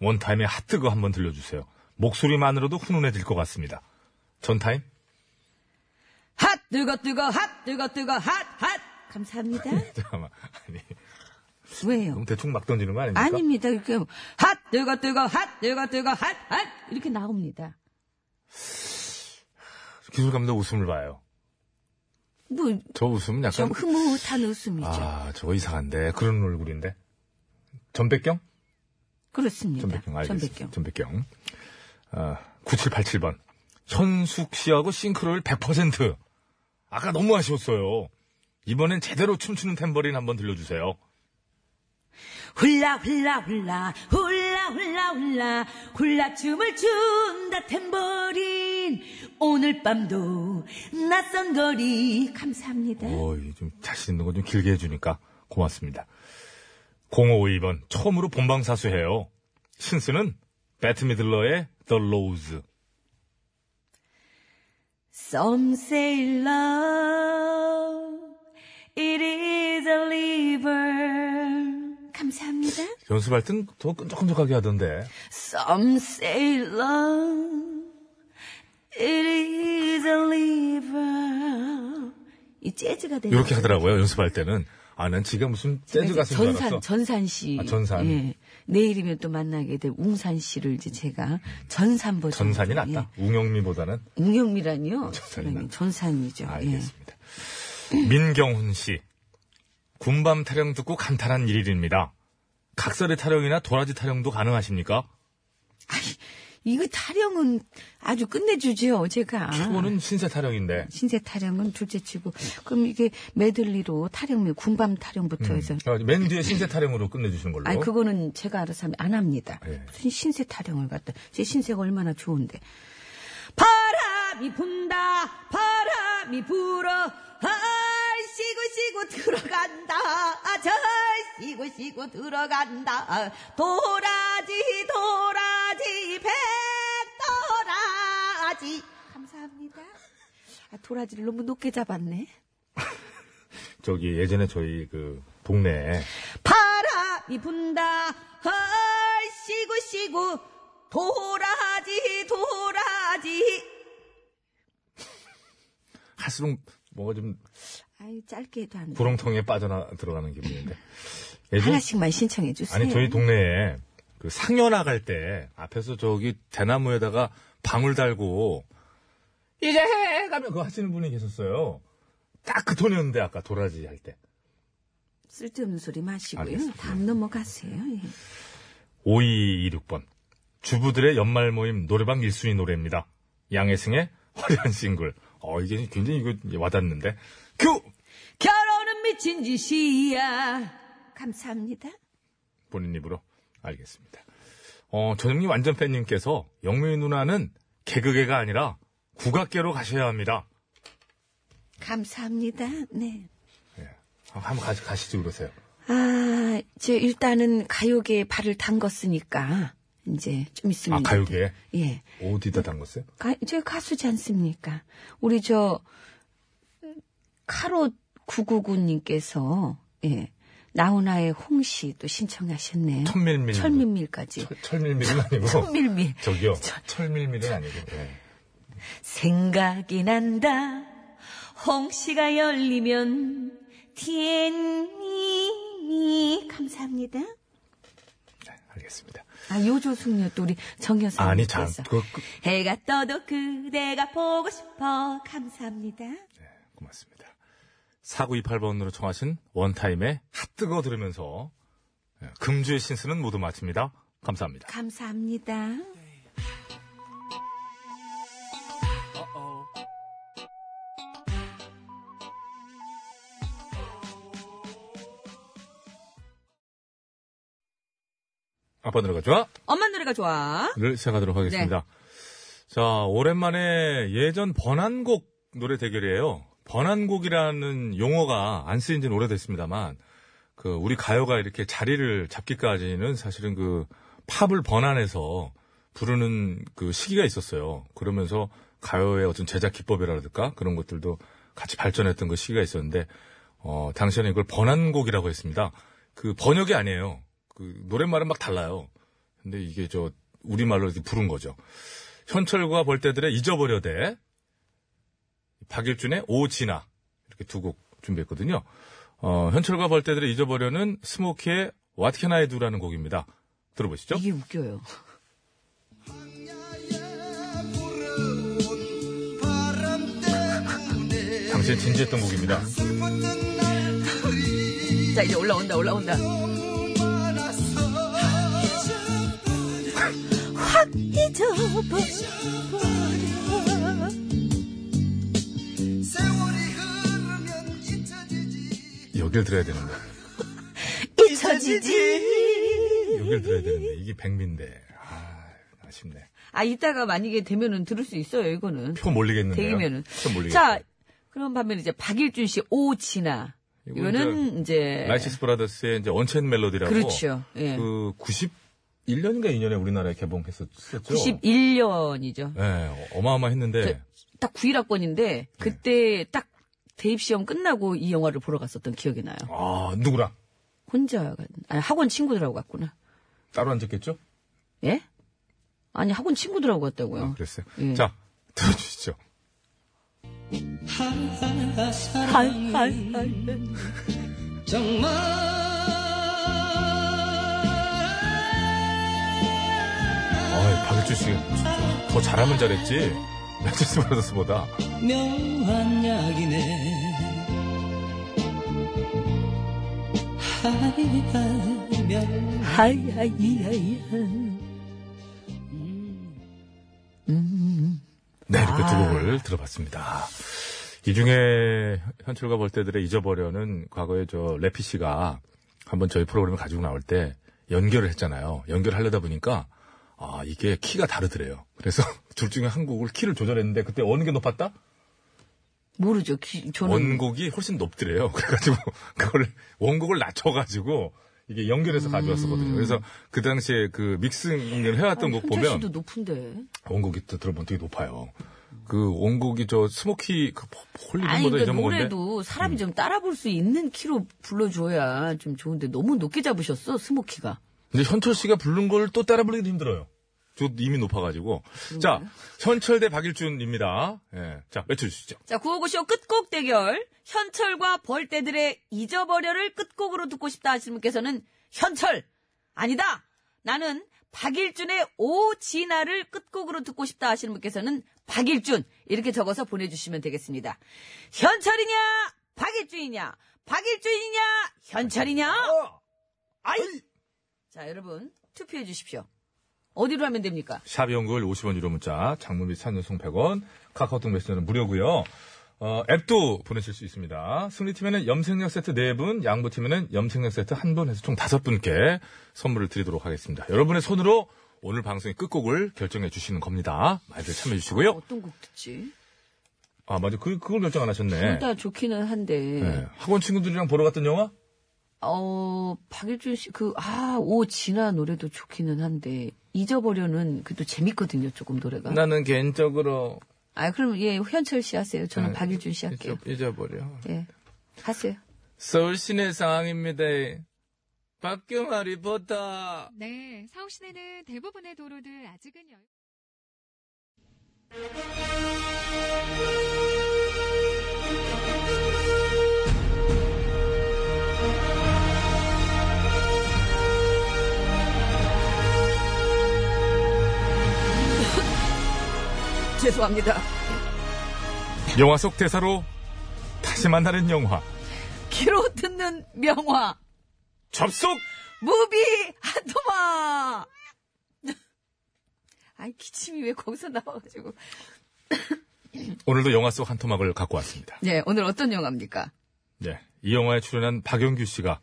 S1: 원타임의 핫뜨거 한번 들려주세요. 목소리만으로도 훈훈해질 것 같습니다. 전타임?
S2: 핫 뜨거 뜨거 핫 뜨거 뜨거 핫 핫. 감사합니다.
S1: 잠깐만. 아니.
S2: 왜요?
S1: 그럼 대충 막 던지는 거 아닙니까?
S2: 아닙니다. 이렇게 핫 뜨거 뜨거 핫 뜨거 뜨거 핫핫 이렇게 나옵니다.
S1: 기술 감독 웃음을 봐요.
S2: 뭐 좀
S1: 저 웃음 은 약간
S2: 흐뭇한 웃음이죠.
S1: 아 저거 이상한데 그런 얼굴인데 전백경?
S2: 그렇습니다.
S1: 전백경 알겠습니다.
S2: 네, 전백경.
S1: 전백경. 아 9787번 현숙 씨하고 싱크로율 100% 아까 너무 아쉬웠어요. 이번엔 제대로 춤추는 탬버린 한번 들려주세요.
S2: 훌라 훌라 훌라 훌라 훌라 훌라 훌라 춤을 춘다 탬버린 오늘 밤도 낯선 거리 감사합니다.
S1: 오, 이좀 자신 있는 거 좀 길게 해주니까 고맙습니다. 0552번 처음으로 본방사수해요. 신스는 배트미들러의 The Rose.
S2: Some say love it is a river 감사합니다.
S1: 연습할 땐 더 끈적끈적하게 하던데.
S2: Some say love, it is a river. 이 재즈가 되는.
S1: 이렇게 하더라고요, 연습할 때는. 아, 난 지가 무슨 재즈 가수인 줄 알았어.
S2: 전산, 전산 씨.
S1: 아, 전산.
S2: 예. 내일이면 또 만나게 될 웅산 씨를 이제 제가 전산 버전.
S1: 전산이 낫다.
S2: 예.
S1: 웅영미보다는.
S2: 웅영미라니요.
S1: 전산이
S2: 사랑해.
S1: 낫다.
S2: 전산이죠. 예.
S1: 알겠습니다. 민경훈 씨. 군밤 타령 듣고 감탄한 일일입니다. 각설의 타령이나 도라지 타령도 가능하십니까?
S2: 이거 타령은 아주 끝내주죠, 제가.
S1: 그거는 네. 신세 타령인데.
S2: 신세 타령은 둘째 치고. 그럼 이게 메들리로 타령, 군밤 타령부터 해서
S1: 아, 맨 뒤에 신세 타령으로 끝내주시는 걸로.
S2: 아니 그거는 제가 알아서 하면 안 합니다.
S1: 예.
S2: 무슨 신세 타령을 갖다. 제 신세가 얼마나 좋은데. 바람이 분다. 바람이 불어. 아, 쉬고 쉬고 들어간다. 아, 저 쉬고 쉬고 들어간다. 아, 도라지 도라지 배 도라지. 감사합니다. 아, 도라지를 너무 높게 잡았네.
S1: 저기 예전에 저희 그 동네에
S2: 바람이 분다 헐 쉬고 쉬고 도라지 도라지
S1: 할수록 뭐가 좀
S2: 아유 짧게 해도 안 돼.
S1: 구렁텅이에 빠져나 들어가는 기분인데. 예전
S2: 하나씩만 신청해 주세요.
S1: 아니 저희 동네에 그 상여 나갈 때 앞에서 저기 대나무에다가 방울 달고 이제 해 가면 그거 하시는 분이 계셨어요. 딱 그 톤이었는데 아까 도라지 할 때.
S2: 쓸데없는 소리 마시고요.
S1: 알겠습니다.
S2: 다음 넘어가세요. 예.
S1: 5226번. 주부들의 연말 모임 노래방 1순위 노래입니다. 양혜승의 화려한 싱글. 어, 이게 굉장히 이거 와닿는데. 큐!
S2: 결혼은 미친 짓이야. 감사합니다.
S1: 본인 입으로. 알겠습니다. 어, 전영님 완전 팬님께서 영미 누나는 개그계가 아니라 국악계로 가셔야 합니다.
S2: 감사합니다. 네.
S1: 예. 한번 가, 가시지 그러세요.
S2: 아, 제 일단은 가요계에 발을 담궜으니까 이제 좀 있으면
S1: 아,
S2: 이제
S1: 가요계에?
S2: 또- 예.
S1: 어디다 담궜어요?
S2: 가, 저 가수지 않습니까? 우리 저 카로 999님께서 예. 나훈아의 홍시 또 신청하셨네요.
S1: 천밀밀.
S2: 까지
S1: 철밀밀은 아니고.
S2: 천밀밀.
S1: 저기요. 철밀밀은 아니고. 예.
S2: 생각이 난다. 홍시가 열리면 티엔이 감사합니다.
S1: 알겠습니다.
S2: 아 요조숙녀 또 우리 정여사님께서
S1: 아니, 참. 그거 끝-
S2: 해가 떠도 그대가 보고 싶어 감사합니다.
S1: 고맙습니다. 4928번으로 청하신 원타임의 핫뜨거 들으면서 예, 금주의 신스는 모두 마칩니다. 감사합니다.
S2: 감사합니다.
S1: 아빠 노래가 좋아?
S2: 엄마 노래가 좋아.
S1: 를 시작하도록 하겠습니다. 자, 오랜만에 예전 번안곡 노래 대결이에요. 번안곡이라는 용어가 안 쓰인 지는 오래됐습니다만, 그, 우리 가요가 이렇게 자리를 잡기까지는 사실은 그 팝을 번안해서 부르는 그 시기가 있었어요. 그러면서 가요의 어떤 제작 기법이라든가 그런 것들도 같이 발전했던 그 시기가 있었는데, 어, 당시에는 이걸 번안곡이라고 했습니다. 그 번역이 아니에요. 그 노랫말은 막 달라요. 근데 이게 저 우리말로 이렇게 부른 거죠. 현철과 벌떼들의 잊어버려대 박일준의 오지나 이렇게 두 곡 준비했거든요. 어, 현철과 벌떼들을 잊어버려는 스모키의 What Can I Do라는 곡입니다. 들어보시죠.
S2: 이게 웃겨요.
S1: 당시에 진지했던 곡입니다.
S2: 자, 이제 올라온다, 올라온다. 확 잊어버려.
S1: 여길 들어야 되는데.
S2: 잊혀지지.
S1: 여길 들어야 되는데. 이게 백미인데. 아, 아쉽네.
S2: 아, 이따가 만약에 되면은 들을 수 있어요, 이거는.
S1: 표 몰리겠는데요.
S2: 되기면은.
S1: 표 몰리겠.
S2: 자, 그럼 반면 이제 박일준 씨, 오지나.
S1: 이거
S2: 이거는 이제.
S1: 라이시스 브라더스의 이제 언첸 멜로디라고.
S2: 예. 그렇죠. 예.
S1: 그 91년인가 2년에 우리나라에 개봉했었죠.
S2: 91년이죠.
S1: 네,
S2: 그
S1: 어마어마했는데
S2: 딱
S1: 예.
S2: 9일학번인데, 그때 딱 대입시험 끝나고 이 영화를 보러 갔었던 기억이 나요.
S1: 아 누구랑
S2: 혼자, 갔- 아니, 학원 친구들하고 갔구나.
S1: 따로 앉았겠죠?
S2: 예? 아니, 학원 친구들하고 갔다고요.
S1: 아, 그랬어요.
S2: 예.
S1: 자 들어주시죠.
S2: 하이, 하이, 하이.
S4: 정말
S1: 아, 박일주 씨가 더 잘하면 잘했지. 라이시스 브라더스보다.
S4: 묘한 약이네 하이하면
S2: 하이, 하이, 하이, 하이.
S1: 네 이렇게 두
S2: 아.
S1: 곡을 들어봤습니다. 이 중에 현철과 벌떼들의 잊어버려는 과거에 저 레피 씨가 한번 저희 프로그램을 가지고 나올 때 연결을 했잖아요. 연결하려다 보니까 아 이게 키가 다르더래요. 그래서 둘 중에 한 곡을 키를 조절했는데 그때 어느 게 높았다?
S2: 모르죠. 기- 저는.
S1: 원곡이 훨씬 높더래요. 그래가지고 그걸 원곡을 낮춰가지고 이게 연결해서 가져왔었거든요. 그래서 그 당시에 그 믹싱을 해왔던 곡
S2: 음. 아, 현철
S1: 보면
S2: 씨도 높은데.
S1: 원곡이 또 들어보면 되게 높아요. 그 원곡이 저 스모키 그 폴- 폴리곤보다
S2: 아니, 그러니까
S1: 잊어먹었는데
S2: 노래도
S1: 음.
S2: 사람이 좀 따라 볼 수 있는 키로 불러줘야 좀 좋은데 너무 높게 잡으셨어, 스모키가.
S1: 근데 현철 씨가 부른 걸 또 따라 부르기도 힘들어요. 저 이미 높아가지고 자 현철 대 박일준입니다. 예, 자 외쳐주시죠.
S2: 자, 구호고쇼 끝곡 대결. 현철과 벌떼들의 잊어버려를 끝곡으로 듣고 싶다 하시는 분께서는 현철! 아니다! 나는 박일준의 오진아를 끝곡으로 듣고 싶다 하시는 분께서는 박일준! 이렇게 적어서 보내주시면 되겠습니다. 현철이냐? 박일준이냐? 박일준이냐? 현철이냐?
S1: 아! 아이
S2: 자, 여러분, 투표해 주십시오. 어디로 하면 됩니까?
S1: 샵 연구일 50원 유료 문자 장문 및 산연송 100원 카카오톡 메시지는 무료고요. 어, 앱도 보내실 수 있습니다. 승리팀에는 염색약 세트 4분, 양보팀에는 염색약 세트 1분 해서 총 5분께 선물을 드리도록 하겠습니다. 여러분의 손으로 오늘 방송의 끝곡을 결정해 주시는 겁니다. 많이들 참여해 주시고요.
S2: 어떤 곡 듣지?
S1: 아, 맞아. 그, 그걸 결정 안 하셨네.
S2: 둘 다 좋기는 한데,
S1: 네. 학원 친구들이랑 보러 갔던 영화?
S2: 어, 박일준 씨, 그, 아, 오, 진아 노래도 좋기는 한데, 잊어버려는, 그래도 재밌거든요, 조금 노래가.
S1: 나는 개인적으로
S2: 아, 그럼, 예, 현철 씨 하세요. 저는
S1: 네, 그렇죠.
S2: 박일준 씨 할게요.
S1: 잊어버려.
S2: 예. 하세요.
S1: 서울 시내 상황입니다. 박경아 리포터.
S6: 네, 서울 시내는 대부분의 도로들 아직은 열.
S2: 죄송합니다.
S1: 영화 속 대사로 다시 만나는 영화
S2: 귀로 듣는 명화,
S1: 접속
S2: 무비 한토마! 아이, 기침이 왜 거기서 나와가지고.
S1: 오늘도 영화 속 한 토막을 갖고 왔습니다.
S2: 네, 오늘 어떤 영화입니까?
S1: 네, 이 영화에 출연한 박영규 씨가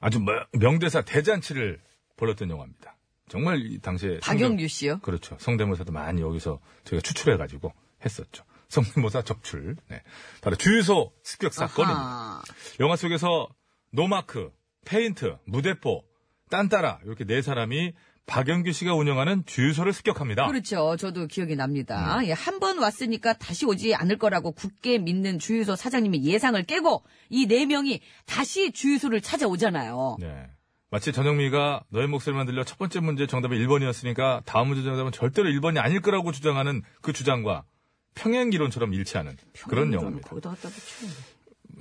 S1: 아주 명- 명대사 대잔치를 벌였던 영화입니다. 정말 이 당시에 성대-
S2: 박영규 씨요?
S1: 그렇죠 성대모사도 많이 여기서 저희가 추출해 가지고 했었죠. 성대모사 적출 네, 바로 주유소 습격 사건입니다.
S2: 아하.
S1: 영화 속에서 노마크, 페인트, 무대포, 딴따라 이렇게 네 사람이 박영규 씨가 운영하는 주유소를 습격합니다.
S2: 그렇죠. 저도 기억이 납니다.
S1: 음.
S2: 예, 한 번 왔으니까 다시 오지 않을 거라고 굳게 믿는 주유소 사장님의 예상을 깨고 이 네 명이 다시 주유소를 찾아오잖아요.
S1: 네. 마치 전영미가 너의 목소리만 들려 첫 번째 문제 정답이 1번이었으니까 다음 문제 정답은 절대로 1번이 아닐 거라고 주장하는 그 주장과 평행 기론처럼 일치하는 그런 영화입니다.
S2: 거기다 갖다 붙여.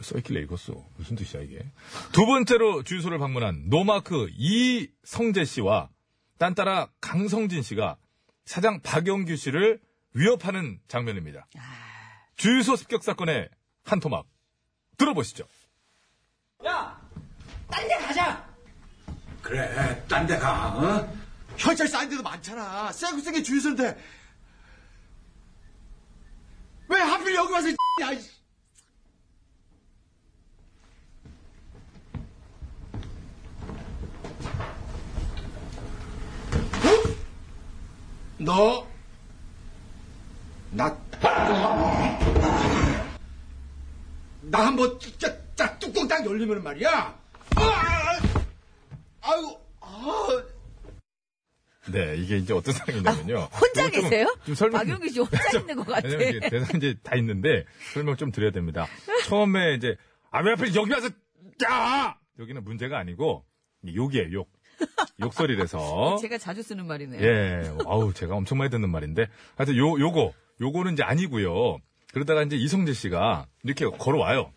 S1: 써있길래 읽었어. 무슨 뜻이야, 이게. 두 번째로 주유소를 방문한 노마크 이성재 씨와 딴따라 강성진 씨가 사장 박영규 씨를 위협하는 장면입니다. 주유소 습격 사건의 한 토막. 들어보시죠.
S7: 야, 딴 데 가자.
S8: 그래, 딴 데 가, 어? 혈찰 쌓인 데도 많잖아. 세고 세게 주유소인데. 왜 하필 여기 와서, 이 야, 이 어? 너, 나, 나 한번 진짜 딱 뚜껑 딱 열리면 말이야. 으아! 아유, 아,
S1: 네, 이게 이제 어떤 상황이냐면요.
S2: 아, 혼자
S1: 이거 좀-
S2: 계세요?
S1: 좀 설명.
S2: 박용기 씨 혼자
S1: 좀-
S2: 있는 것 같아.
S1: 왜냐면 이게 대상 이제 다 있는데 설명 좀 드려야 됩니다. 처음에 이제 아 왜 하필 여기 와서 야 여기는 문제가 아니고 욕이에요 욕 욕설이라서
S2: 제가 자주 쓰는 말이네요.
S1: 예 아우 제가 엄청 많이 듣는 말인데 하여튼 요 요거 요거는 이제 아니고요. 그러다가 이제 이성재 씨가 이렇게 걸어와요.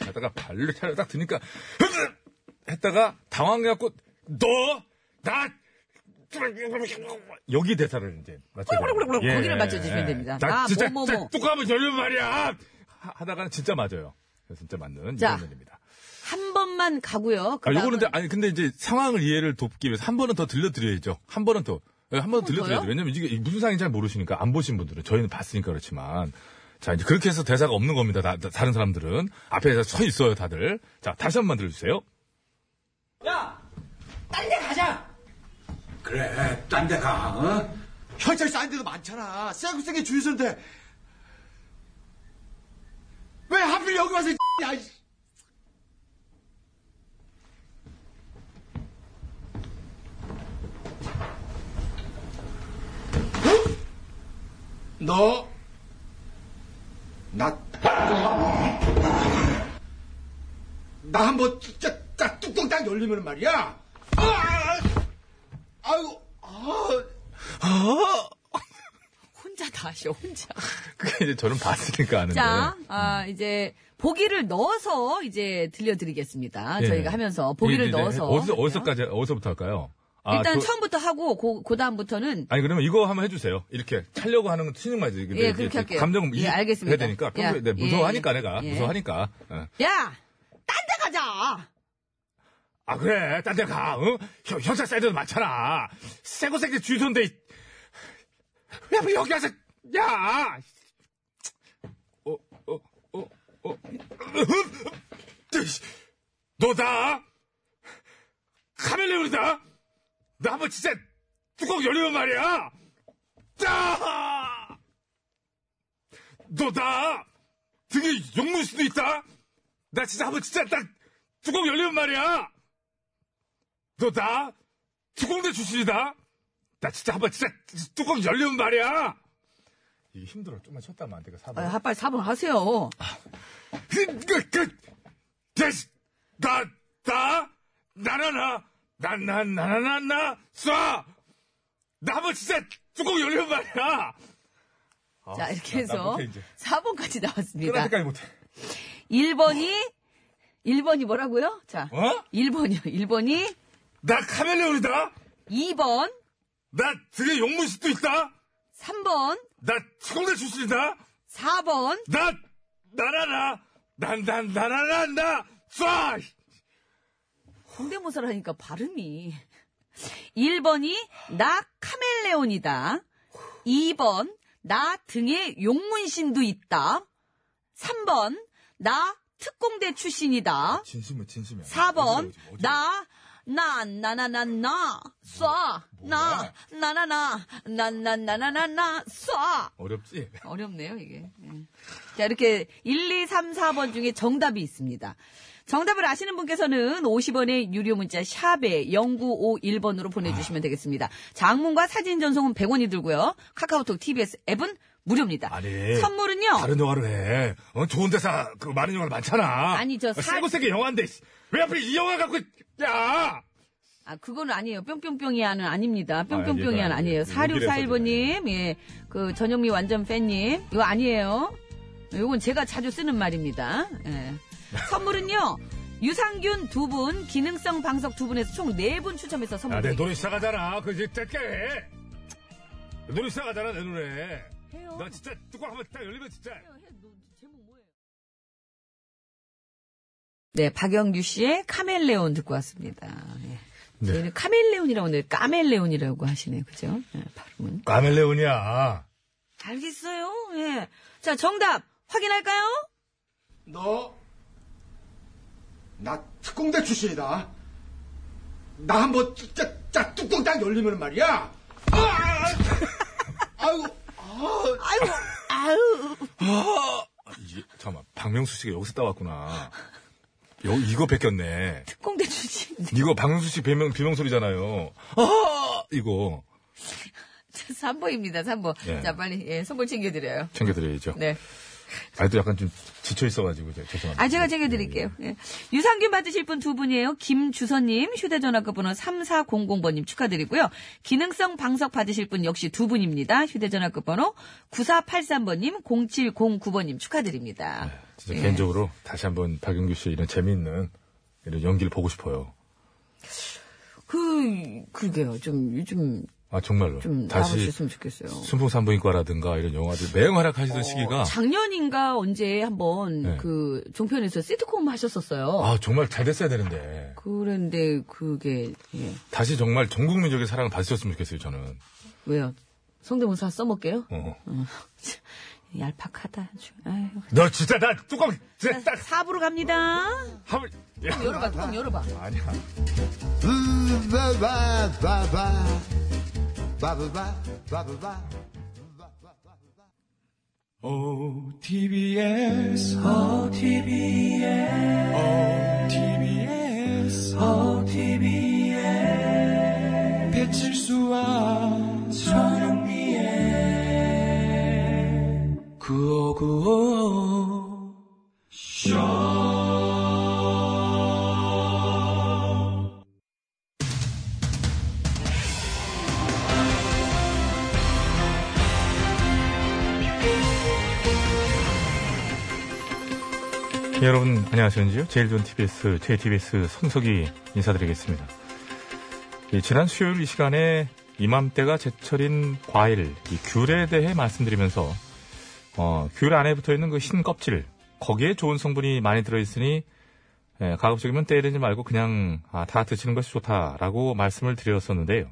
S1: 하다가 발로 차려 딱 드니까 했다가 당황해갖고 너나 여기 대사를 이제 맞춰.
S2: 거기를 맞춰주시면 됩니다.
S1: 나
S2: 나
S1: 진짜
S2: 뭐뭐뭐.
S1: 진짜 뚜껑하면 열린 말이야. 하- 하다가는 진짜 맞아요. 그래서 진짜 맞는
S2: 자.
S1: 이장면입니다
S2: 한 번만 가고요.
S1: 아, 요거는 근데
S2: 그다음은
S1: 아니 근데 이제 상황을 이해를 돕기 위해서 한 번은 더 들려드려야죠. 한 번은 더. 예, 한 번은
S2: 한번 더요?
S1: 들려드려야 돼요. 왜냐면 이게 무슨 상황인지 잘 모르시니까 안 보신 분들은 저희는 봤으니까 그렇지만 자 이제 그렇게 해서 대사가 없는 겁니다. 다, 른 사람들은 앞에 다서 있어요 다들. 자 다시 한 번 들려주세요.
S7: 야, 딴 데 가자.
S8: 그래, 딴 데 가, 어? 혈찰 쌓인 데도 많잖아. 세고 세게 주유소인데. 왜 하필 여기 와서, 이 야, 이 어? 너, 나, 나 한번 진짜 딱 뚜껑 딱 열리면 말이야. 으아! 아유, 아,
S2: 혼자 다 하셔, 혼자.
S1: 아, 그게 이제 저는 봤으니까 아는데.
S2: 자, 아, 이제 보기를 넣어서 이제 들려드리겠습니다.
S1: 예.
S2: 저희가 하면서
S1: 이게
S2: 보기를
S1: 이제
S2: 넣어서.
S1: 어디서
S2: 할게요.
S1: 어디서까지 어디서부터 할까요? 아,
S2: 일단
S1: 저-
S2: 처음부터 하고 그, 그 다음부터는
S1: 아니 그러면 이거 한번 해주세요. 이렇게 차려고 하는 건 신경 맞지.
S2: 예, 그렇게 할게요.
S1: 감정
S2: 예,
S1: 이입
S2: 알겠습니다.
S1: 해야 되니까.
S2: 야,
S1: 평소에 네,
S2: 예,
S1: 무서워하니까
S2: 예.
S1: 내가
S2: 예.
S1: 무서워하니까. 예.
S2: 야, 딴 데 가자.
S1: 아 그래 딴 데 가. 어? 혀, 혈착 사이드도 많잖아. 세고 세게 주소인데 왜 하필 여기 와서 야. 어, 어, 어, 어. 으흠! 너다. 카멜레온이다. 나 한번 진짜 뚜껑 열리면 말이야. 짜! 너다. 등에 영문 수도 있다. 나 진짜 한번 진짜 딱 뚜껑 열리면 말이야. 너나 특공대 출신이다. 나 진짜 한번 진짜 뚜껑 열리면 말이야. 이게 힘들어. 좀만 쉬었다 하면 안 될까? 사번.
S2: 아, 빨리 4번 하세요.
S1: 그, 그, 대신, 나, 나, 나나나, 나, 나, 나나나, 나, 쏴! 나 한번 진짜 뚜껑 열리면 말이야! 아,
S2: 자, 이렇게
S1: 나- 나
S2: 해서
S1: 못해, 이제. 그러니까
S2: 4번까지 나왔습니다.
S1: 끝까지 못해.
S2: 1번이, 1번이 뭐라고요? 자,
S1: 어?
S2: 1번이요. 1번이,
S1: 나 카멜레온이다?
S2: 2번,
S1: 나 등에 용문식도 있다?
S2: 3번,
S1: 나 특공대 출신이다?
S2: 4번,
S1: 나, 나나나, 난, 난, 나나나, 나, 쏴!
S2: 공대모사를 하니까 발음이. 1번이 나 카멜레온이다. 2번 나 등에 용문신도 있다. 3번 나 특공대 출신이다.
S1: 진심은 진심이야.
S2: 4번 나나나나나나 쏴.
S1: 뭐,
S2: 나 나나나 나나나나나나 쏴.
S1: 어렵지?
S2: 어렵네요, 이게. 예. 자, 이렇게 1, 2, 3, 4번 중에 정답이 있습니다. 정답을 아시는 분께서는 50원의 유료 문자 샵에 0951번으로 보내주시면 되겠습니다. 장문과 사진 전송은 100원이 들고요. 카카오톡, TBS 앱은 무료입니다.
S1: 아니, 네.
S2: 선물은요.
S1: 다른 영화로 해. 어, 좋은 대사, 그, 많은 영화 많잖아.
S2: 아니, 저
S1: 어,
S2: 사-
S1: 세고 세게 영화인데, 씨. 왜 하필 이 영화 갖고, 야!
S2: 아, 그건 아니에요. 뿅뿅뿅이야는 아닙니다. 예,
S1: 이건
S2: 뿅뿅뿅이야는
S1: 아니에요.
S2: 아니에요.
S1: 이건 길에서
S2: 4641번님, 예. 그 전영미 완전 팬님, 이거 아니에요. 요건 제가 자주 쓰는 말입니다. 예. 선물은요. 유산균 두 분, 기능성 방석 두 분에서 총 네 분 추첨해서
S5: 야,
S2: 선물
S5: 내
S2: 드릴게요.
S5: 노래 시작하잖아. 그지? 떼게 노래 시작하잖아, 내 노래. 나 진짜 뚜껑 한번 딱 열리면 진짜.
S2: 네, 박영규 씨의 카멜레온 듣고 왔습니다. 예. 저희는 카멜레온이라고 하는데 까멜레온이라고 하시네요. 그죠? 예, 발음은.
S5: 까멜레온이야.
S2: 알겠어요. 예. 자, 정답 확인할까요?
S8: 너, 나 특공대 출신이다. 나 한번 짜, 짜, 뚜껑 딱 열리면 말이야. 아! 아유, 아,
S2: 아이고, 아유.
S1: 이- 잠깐만, 박명수 씨가 여기서 따왔구나. 여, 이거 뺏겼네.
S2: 특공대 출신.
S1: 이거 박명수 씨 비명, 비명 소리잖아요. 아! 이거
S2: 3번입니다, 3번.
S1: 예.
S2: 자, 빨리, 예, 선물 챙겨드려요.
S1: 챙겨드려야죠.
S2: 네.
S1: 아직도 약간 좀 지쳐있어가지고, 제- 죄송합니다.
S2: 아, 제가 챙겨드릴게요. 예. 유산균 받으실 분 두 분이에요. 김주선님, 휴대전화 그 번호 3400번님 축하드리고요. 기능성 방석 받으실 분 역시 두 분입니다. 휴대전화 그 번호 9483번님, 0709번님 축하드립니다.
S1: 진짜
S2: 예.
S1: 개인적으로 다시 한번 박영규 씨의 이런 재미있는 이런 연기를 보고 싶어요.
S2: 그, 그게요. 좀, 요즘
S1: 아, 정말로.
S2: 좀
S1: 다시
S2: 나와주셨으면 좋겠어요.
S1: 순풍산부인과라든가 이런 영화들 맹활약하시던
S2: 어,
S1: 시기가
S2: 작년인가 언제 한번
S1: 어, 네.
S2: 그 종편에서 시트콤 하셨었어요.
S1: 아, 정말 잘 됐어야 되는데.
S2: 그런데 그게 예.
S1: 다시 정말 전 국민적인 사랑을 받으셨으면 좋겠어요, 저는.
S2: 왜요? 성대모사 써먹게요?
S1: 어.
S2: 얄팍하다 아주. 아유.
S5: 너 진짜 나 뚜껑 진짜 딱
S2: 4부로 갑니다.
S5: 한번. 야.
S2: 열어봐, 뚜껑 열어봐.
S5: 아니야.
S4: OTBS, OTBS, OTBS, OTBS. 배칠수와 저녁미에 구호구호.
S1: 예, 여러분 안녕하셨는지요? 제일 좋은 TBS, JTBS 손석희 인사드리겠습니다. 예, 지난 수요일 이 시간에 이맘때가 제철인 과일, 이 귤에 대해 말씀드리면서 어, 귤 안에 붙어있는 그 흰 껍질, 거기에 좋은 성분이 많이 들어있으니 예, 가급적이면 때리지 말고 그냥 아, 다 드시는 것이 좋다라고 말씀을 드렸었는데요.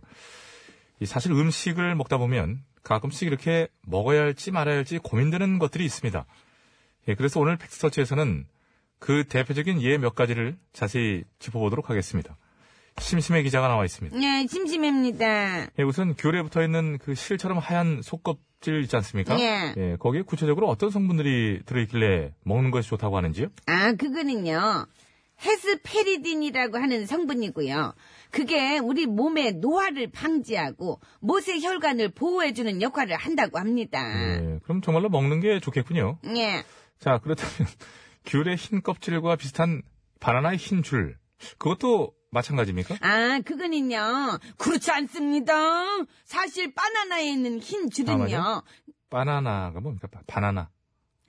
S1: 이 사실 음식을 먹다 보면 가끔씩 이렇게 먹어야 할지 말아야 할지 고민되는 것들이 있습니다. 예, 그래서 오늘 팩스터치에서는 그 대표적인 예 몇 가지를 자세히 짚어보도록 하겠습니다. 심심해 기자가 나와 있습니다.
S2: 예, 심심합니다.
S1: 예, 우선 귤에 붙어 있는 그 실처럼 하얀 속껍질 있지 않습니까?
S2: 예.
S1: 예, 거기에 구체적으로 어떤 성분들이 들어있길래 먹는 것이 좋다고 하는지요?
S2: 아, 그거는요. 헤스페리딘이라고 하는 성분이고요. 그게 우리 몸의 노화를 방지하고 못의 혈관을 보호해주는 역할을 한다고 합니다.
S1: 예, 그럼 정말로 먹는 게 좋겠군요.
S2: 예.
S1: 자, 그렇다면 귤의 흰 껍질과 비슷한 바나나의 흰 줄, 그것도 마찬가지입니까?
S2: 아, 그거는요. 그렇지 않습니다. 사실 바나나에 있는 흰 줄은요.
S1: 아, 바나나가 뭡니까? 바- 바나나.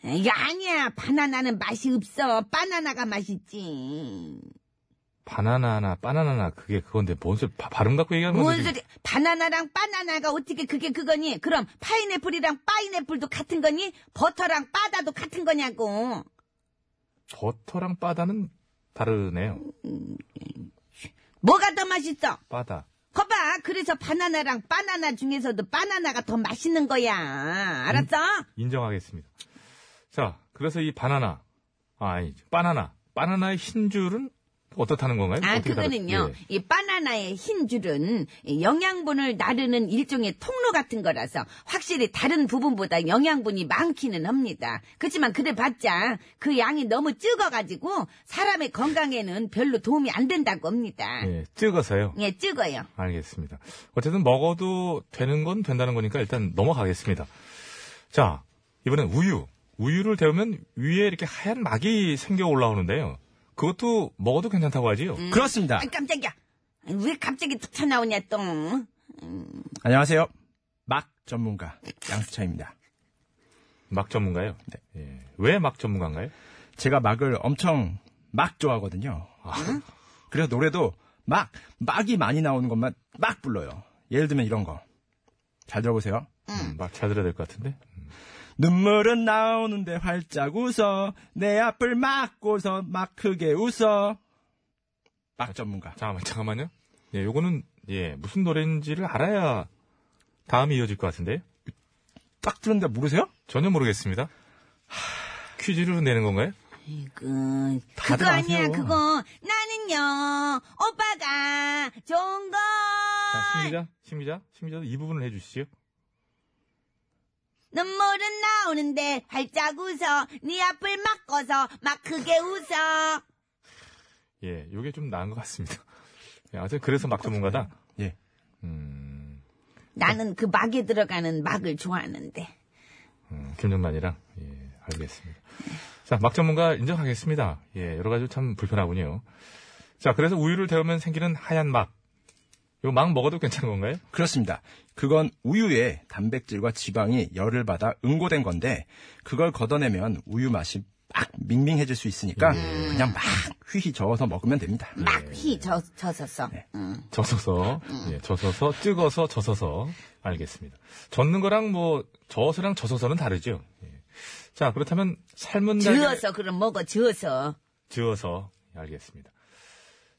S2: 이거 아니야. 바나나는 맛이 없어. 바나나가 맛있지.
S1: 바나나나 바나나나 그게 그건데 뭔 소리 바- 발음 갖고 얘기하는 건데
S2: 뭔
S1: 지금.
S2: 소리? 바나나랑 바나나가 어떻게 그게 그거니? 그럼 파인애플이랑 파인애플도 같은 거니? 버터랑 바다도 같은 거냐고.
S1: 버터랑 바다는 다르네요.
S2: 뭐가 더 맛있어?
S1: 바다.
S2: 거봐. 그래서 바나나랑 바나나 중에서도 바나나가 더 맛있는 거야. 알았어?
S1: 인정하겠습니다. 자, 그래서 이 바나나, 아, 아니, 바나나. 바나나의 흰 줄은 어떻다는 건가요?
S2: 아,
S1: 어떻게 다르-
S2: 그거는요.
S1: 예.
S2: 이 바나나의 흰 줄은 이 영양분을 나르는 일종의 통로 같은 거라서 확실히 다른 부분보다 영양분이 많기는 합니다. 그렇지만 그래봤자 그 양이 너무 적어가지고 사람의 건강에는 별로 도움이 안 된다고 합니다.
S1: 예, 찍어서요.
S2: 예, 적어요.
S1: 알겠습니다. 어쨌든 먹어도 되는 건 된다는 거니까 일단 넘어가겠습니다. 자, 이번엔 우유. 우유를 데우면 위에 이렇게 하얀 막이 생겨 올라오는데요. 그것도 먹어도 괜찮다고 하지요?
S9: 그렇습니다.
S2: 아, 깜짝이야. 아니, 왜 갑자기 툭 튀어나오냐 또.
S9: 안녕하세요. 막 전문가 양수차입니다.
S1: 막 전문가요?
S2: 네.
S1: 예. 왜 막 전문가인가요?
S2: 음.
S9: 제가 막을 엄청 막 좋아하거든요. 그래서 노래도 막, 막이 많이 나오는 것만 막 불러요. 예를 들면 이런 거. 잘 들어보세요.
S1: 음, 막 찾으려 될 것 같은데?
S9: 눈물은 나오는데 활짝 웃어. 내 앞을 막고서 막 크게 웃어. 막 전문가.
S1: 잠깐만, 잠깐만요. 예, 요거는, 예, 무슨 노래인지를 알아야 다음이 이어질 것 같은데?
S9: 딱 들었는데 모르세요?
S1: 전혀 모르겠습니다. 퀴즈를 내는 건가요?
S2: 이거
S9: 다들
S2: 그거 아니야
S9: 아세요.
S2: 그거 나는요 오빠가 좋은 걸
S1: 자, 심리자, 심리자, 심리자도 이 부분을 해주시죠.
S2: 눈물은 나오는데 활짝 웃어 네 앞을 막고서 막 크게 웃어
S1: 예, 요게 좀 나은 것 같습니다. 예, 아무튼 그래서 막 전문가다?
S9: 예.
S1: 음,
S2: 나는 그 막에 들어가는 막을 좋아하는데
S1: 음, 김정만이랑, 예, 알겠습니다. 자, 막 전문가 인정하겠습니다. 예, 여러 가지 참 불편하군요. 자, 그래서 우유를 데우면 생기는 하얀 막. 요 막 먹어도 괜찮은 건가요?
S9: 그렇습니다. 그건 우유의 단백질과 지방이 열을 받아 응고된 건데 그걸 걷어내면 우유 맛이 막 밍밍해질 수 있으니까 그냥 막 휘휘 저어서 먹으면 됩니다.
S2: 음. 막휘 젖었어
S1: 젖어서,
S2: 음.
S1: 예, 젖어서, 찍어서, 젖어서. 알겠습니다. 젖는 거랑 뭐, 저어서랑 젖어서는 다르죠. 예. 자, 그렇다면, 삶은 달걀.
S2: 젖어서 그럼 먹어 젖어
S1: 서 예, 알겠습니다.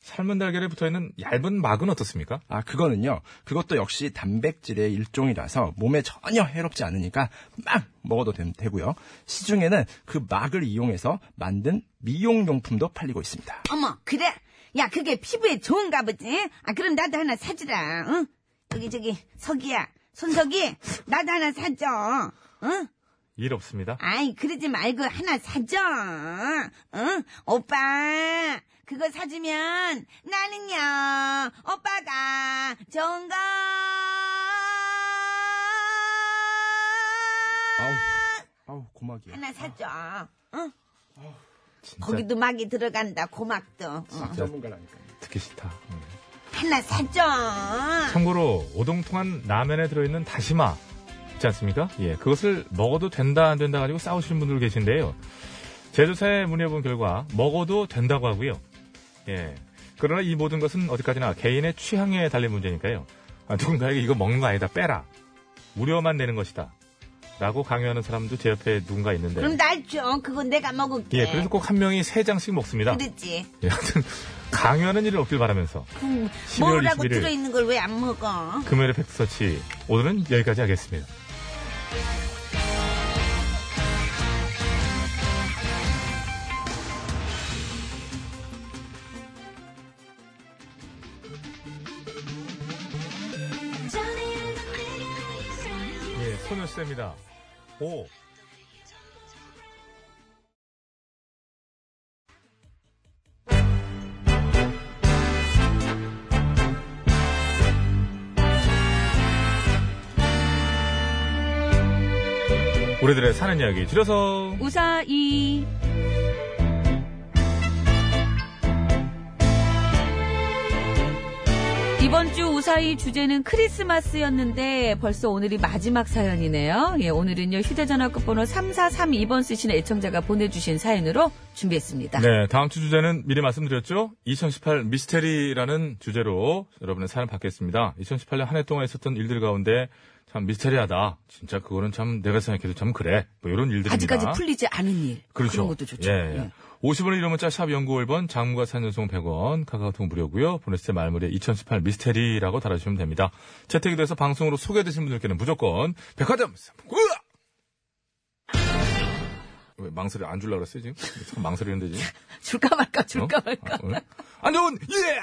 S1: 삶은 달걀에 붙어 있는 얇은 막은 어떻습니까?
S9: 아 그거는요. 그것도 역시 단백질의 일종이라서 몸에 전혀 해롭지 않으니까 막 먹어도 됨- 되고요. 시중에는 그 막을 이용해서 만든 미용용품도 팔리고 있습니다.
S2: 어머 그래 야 그게 피부에 좋은가 보지 아 그럼 나도 하나 사주라 응 여기 저기 석이야 손석이 나도 하나 사줘 응
S1: 일 없습니다.
S2: 아이 그러지 말고 하나 사줘 응 오빠 그거 사주면 나는요 오빠가 좋은 거
S9: 아우, 아우 고막이야.
S2: 하나 사줘
S1: 아,
S2: 응
S1: 진짜
S2: 거기도 막이 들어간다 고막도 응.
S9: 전문가라니까.
S1: 듣기 싫다. 음.
S2: 하나 사줘
S1: 참고로 오동통한 라면에 들어있는 다시마 있지 않습니까? 예, 그것을 먹어도 된다 안 된다 가지고 싸우시는 분들 계신데요. 제조사에 문의해본 결과 먹어도 된다고 하고요. 예, 그러나 이 모든 것은 어디까지나 개인의 취향에 달린 문제니까요. 아, 누군가에게 이거 먹는 거 아니다 빼라 무료만 내는 것이다 라고 강요하는 사람도 제 옆에 누군가 있는데
S2: 그럼 날 줘. 그건 내가 먹을게.
S1: 예, 그래서 꼭 한 명이 세 장씩 먹습니다.
S2: 그랬지.
S1: 예, 하여튼 강요하는 일은 없길 바라면서
S2: 음,
S1: 12월
S2: 먹으라고
S1: 21일.
S2: 들어있는 걸 왜 안 먹어?
S1: 금요일의 팩트서치 오늘은 여기까지 하겠습니다. 예, 소녀시대입니다. 오. 우리들의 사는 이야기 줄여서
S2: 우사이. 이번 주 우사이 주제는 크리스마스였는데 벌써 오늘이 마지막 사연이네요. 예, 오늘은요, 휴대전화 끝번호 3432번 쓰시는 애청자가 보내주신 사연으로 준비했습니다.
S1: 네, 다음 주 주제는 미리 말씀드렸죠. 2018 미스테리라는 주제로 여러분의 사연 받겠습니다. 2018년 한 해 동안 있었던 일들 가운데 참 미스테리하다. 진짜 그거는 참 내가 생각해도 참 그래. 뭐 이런 일들입니다.
S2: 아직까지 풀리지 않은 일. 그
S1: 그렇죠.
S2: 런 것도 좋죠.
S1: 예, 예. 50원의 이름 문자 샵 연구 1번 장문과 산연송 100원 카카오톡 무료고요. 보냈을 때 말머리에 2018 미스테리라고 달아주시면 됩니다. 채택이 돼서 방송으로 소개되신 분들께는 무조건 백화점 상품권! 왜 망설이 안 줄라 그랬어요 지금? 참 망설이는데 지금?
S2: 줄까 말까, 줄까
S1: 어?
S2: 말까.
S1: 어? 안 좋은 예!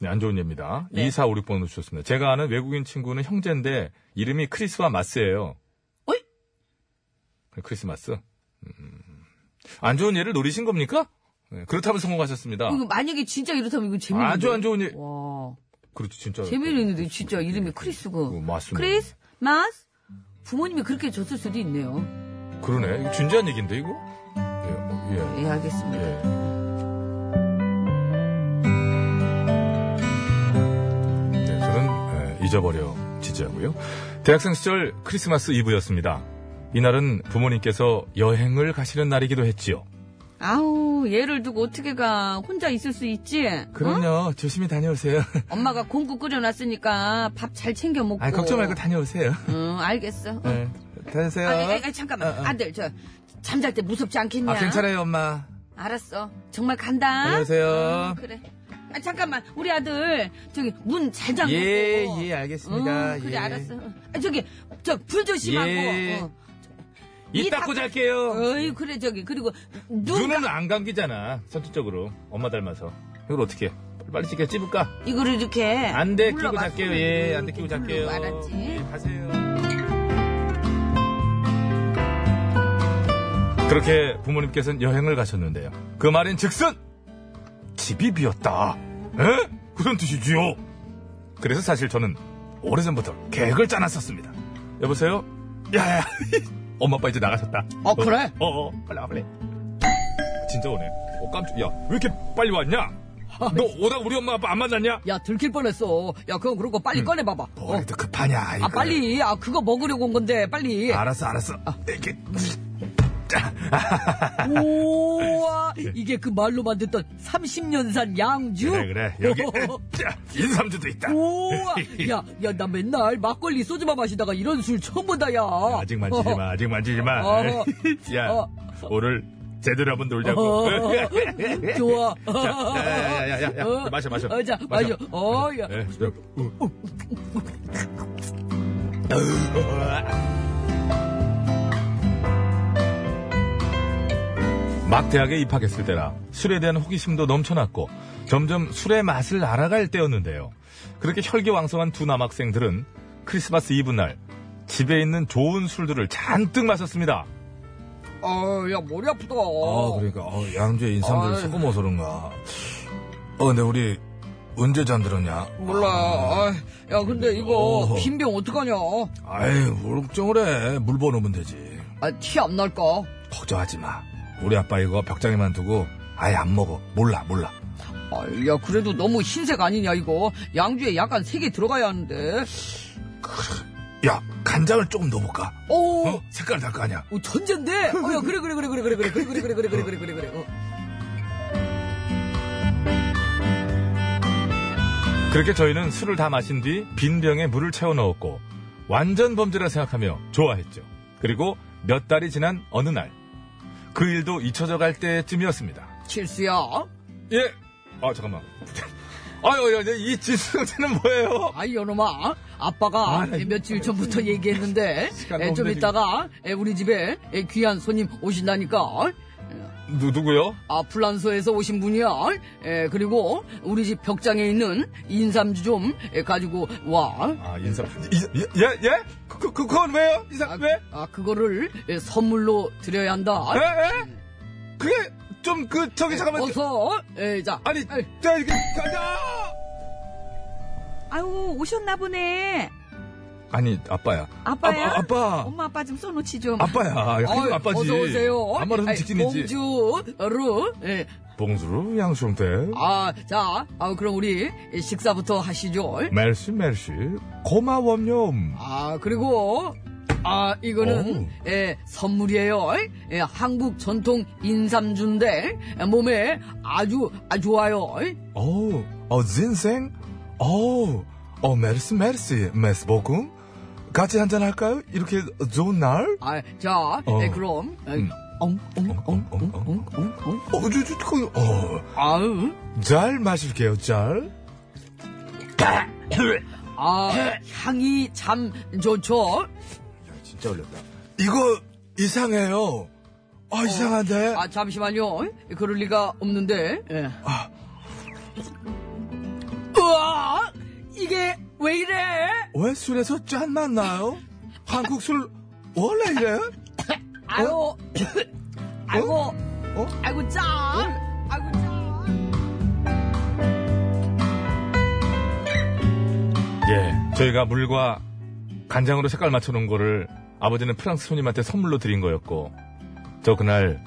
S1: 네, 안 좋은 예입니다.
S2: 네.
S1: 2456번으로 주셨습니다. 제가 아는 외국인 친구는 형제인데 이름이 크리스와 마스예요. 네,
S2: 어이?
S1: 크리스마스. 음. 안 좋은 예를 노리신 겁니까? 네, 그렇다면 성공하셨습니다.
S2: 이거 만약에 진짜 이렇다면 이거 재밌는데.
S1: 아주 안 좋은 예.
S2: 와,
S1: 그렇죠, 진짜.
S2: 재미를 있는데 진짜 이름이
S1: 어,
S2: 크리스고.
S1: 맞습니다.
S2: 크리스, 마스? 부모님이 그렇게 줬을 수도 있네요.
S1: 그러네. 이거 진지한 얘기인데 이거? 예, 예.
S2: 예, 알겠습니다.
S1: 네, 저는 예, 잊어버려 기자고요. 대학생 시절 크리스마스 이브였습니다. 이날은 부모님께서 여행을 가시는 날이기도 했지요.
S10: 아우 얘를 두고 어떻게 가 혼자 있을 수 있지? 응?
S1: 그럼요. 조심히 다녀오세요.
S2: 어?
S10: 엄마가 공국 끓여놨으니까 밥 잘 챙겨 먹고.
S1: 아, 걱정 말고 다녀오세요.
S10: 응 알겠어. 응.
S1: 네, 다녀오세요.
S10: 어. 아, 아, 아, 잠깐만
S1: 어, 어.
S10: 아들 저 잠잘 때 무섭지 않겠냐?
S1: 아, 괜찮아요, 엄마.
S10: 알았어 정말 간다.
S1: 다녀오세요.
S10: 응, 그래. 아 잠깐만 우리 아들 저기 문 잘 잠그고.
S1: 예, 예, 알겠습니다.
S10: 응, 그래
S1: 예.
S10: 알았어. 아, 저기 저 불 조심하고.
S1: 예.
S10: 어.
S1: 입
S10: 이
S1: 닫고
S10: 닫-
S1: 잘게요.
S10: 어이 그래 저기 그리고 눈
S1: 눈은 안 감기잖아. 선천적으로. 엄마 닮아서. 이걸 어떻게 해? 빨리 찍게 찝을까?
S10: 이거를 이렇게
S2: 예,
S1: 안 돼, 끼고
S10: 물러봤으면
S1: 잘게요. 예, 안 돼,
S2: 그
S1: 끼고 잘게요.
S10: 알았지?
S1: 예, 가세요. 그렇게 부모님께서는 여행을 가셨는데요. 그 말인 즉슨 집이 비었다. 에? 그런 뜻이지요. 그래서 사실 저는 오래전부터 계획을 짜놨었습니다. 여보세요? 야야, 엄마 아빠 이제 나가셨다.
S4: 어, 그래?
S1: 어, 어, 빨리 와, 빨리. 진짜 오네. 어, 깜짝, 야, 왜 이렇게 빨리 왔냐? 너 오다 우리 엄마 아빠 안 만났냐?
S2: 야 들킬 뻔했어. 야 그건 그러고
S1: 음.
S2: 빨리 꺼내봐봐. 어.
S11: 뭘 이렇게 급하냐, 이거.
S2: 아 빨리. 아 그거 먹으려고 온 건데
S1: 아,
S2: 빨리.
S11: 알았어, 알았어. 이렇게.
S2: 음. 우와 이게 그 말로만 듣던 30년산 양주.
S11: 네. 그래, 그래. 여기. 자, 인삼주도 있다.
S2: 우와 야야 나 맨날 막걸리 소주만 마시다가 이런 술 처음 본다야.
S11: 아직 만지지 마, 아직 만지지 마.
S2: 어.
S11: 야,
S2: 어.
S11: 오늘 제대로 한번 놀자고.
S2: 어. 좋아.
S11: 자, 야, 야, 야, 야, 야.
S2: 어.
S11: 마셔, 마셔.
S2: 어, 자, 마셔. 어, 야.
S11: 예,
S1: 네,
S11: 자, 우.
S1: 어. 막 대학에 입학했을 때라 술에 대한 호기심도 넘쳐났고 점점 술의 맛을 알아갈 때였는데요. 그렇게 혈기왕성한 두 남학생들은 크리스마스 이브 날 집에 있는 좋은 술들을 잔뜩 마셨습니다.
S2: 아야 머리 아프다.
S11: 어, 그러니까. 어, 양주에 인삼주를
S2: 아이. 네.
S11: 섞어 먹어서 그런가. 어, 근데 우리 언제 잠들었냐?
S2: 몰라. 아, 야 근데 이거
S11: 어.
S2: 빈 병 어떡하냐?
S11: 아이, 뭘 걱정을 해. 물 버놓으면 되지.
S2: 아 티 안 날까?
S11: 걱정하지 마. 우리 아빠 이거 벽장에만 두고 아예 안 먹어. 몰라, 몰라.
S2: 아, 야 그래도 너무 흰색 아니냐 이거? 양주에 약간 색이 들어가야 하는데.
S11: 야, 간장을 조금 넣어볼까?
S2: 오.
S11: 어? 색깔 날 거 아니야?
S2: 오, 천재인데? 어, 야, 그래, 그래, 그래, 그래, 그래, 그래, 그래, 그래, 그래, 그래, 그래, 그래, 그래, 그래, 어.
S1: 그렇게 저희는 술을 다 마신 뒤 빈 병에 물을 채워 넣었고 완전 범죄라 생각하며 좋아했죠. 그리고 몇 달이 지난 어느 날 그 일도 잊혀져 갈 때쯤이었습니다.
S2: 칠수야.
S1: 예. 아 잠깐만. 아유, 야, 이 지수는 뭐예요?
S2: 아이, 요놈아. 아빠가
S1: 아,
S2: 에, 며칠 전부터 얘기했는데,
S1: 시간도
S2: 에, 좀
S1: 없네,
S2: 있다가 에, 우리 집에 에, 귀한 손님 오신다니까.
S1: 누, 누구요?
S2: 아, 플란소에서 오신 분이야. 에, 그리고 우리 집 벽장에 있는 인삼주 좀 에, 가지고 와.
S1: 아, 인사. 이- 예, 예? 예? 그, 그, 그건 왜요? 이사,
S2: 아,
S1: 왜?
S2: 아, 그거를 에, 선물로 드려야 한다.
S1: 예, 예? 그게 좀 그, 저기, 잠깐만.
S2: 아, 어서, 에, 자.
S1: 아니,
S2: 에이.
S1: 자, 이렇게 가자!
S10: 아유 오셨나 보네.
S1: 아니, 아빠야.
S10: 아빠야?
S1: 아, 빠
S10: 엄마 아빠 좀 써놓지 좀.
S1: 아빠야.
S2: 어이,
S1: 아, 아빠지.
S2: 어서 오세요.
S1: 아마는
S2: 아이,
S1: 직진이지.
S2: 공주로. 예.
S1: 봉수루, 양수롱대.
S2: 아, 자, 아, 그럼 우리 식사부터 하시죠.
S1: 멜시, 멜시. 고마워렴.
S2: 아, 그리고 아, 이거는 예, 선물이에요. 예, 한국 전통 인삼주인데 예, 몸에 아주 아주 좋아요.
S1: 어우, 어, 인생? 어우, 어, 멜시, 멜시. 메스 볶음? 같이 한잔 할까요? 이렇게 좋은 날?
S2: 아, 자,
S1: 어.
S2: 예, 그럼 예,
S1: 음.
S2: 엉, 엉, 엉, 엉,
S1: 엉,
S2: 엉, 엉, 엉.
S1: 어, 저, 저, 저, 어.
S2: 아우,
S1: 잘 마실게요, 잘.
S2: 아, 향이 참 좋죠.
S11: 진짜 올렸다.
S1: 이거 이상해요. 아 이상한데.
S2: 아, 잠시만요. 그럴 리가 없는데. 예.
S1: 아.
S2: 우와, 이게 왜 이래?
S1: 왜 술에서 짠맛 나요? 한국 술 원래 이래?
S2: 아유,
S1: 어?
S2: 아이고, 아이고 짠,
S1: 어?
S2: 아이고 짠.
S1: 예. 저희가 물과 간장으로 색깔 맞춰놓은 거를 아버지는 프랑스 손님한테 선물로 드린 거였고 저 그날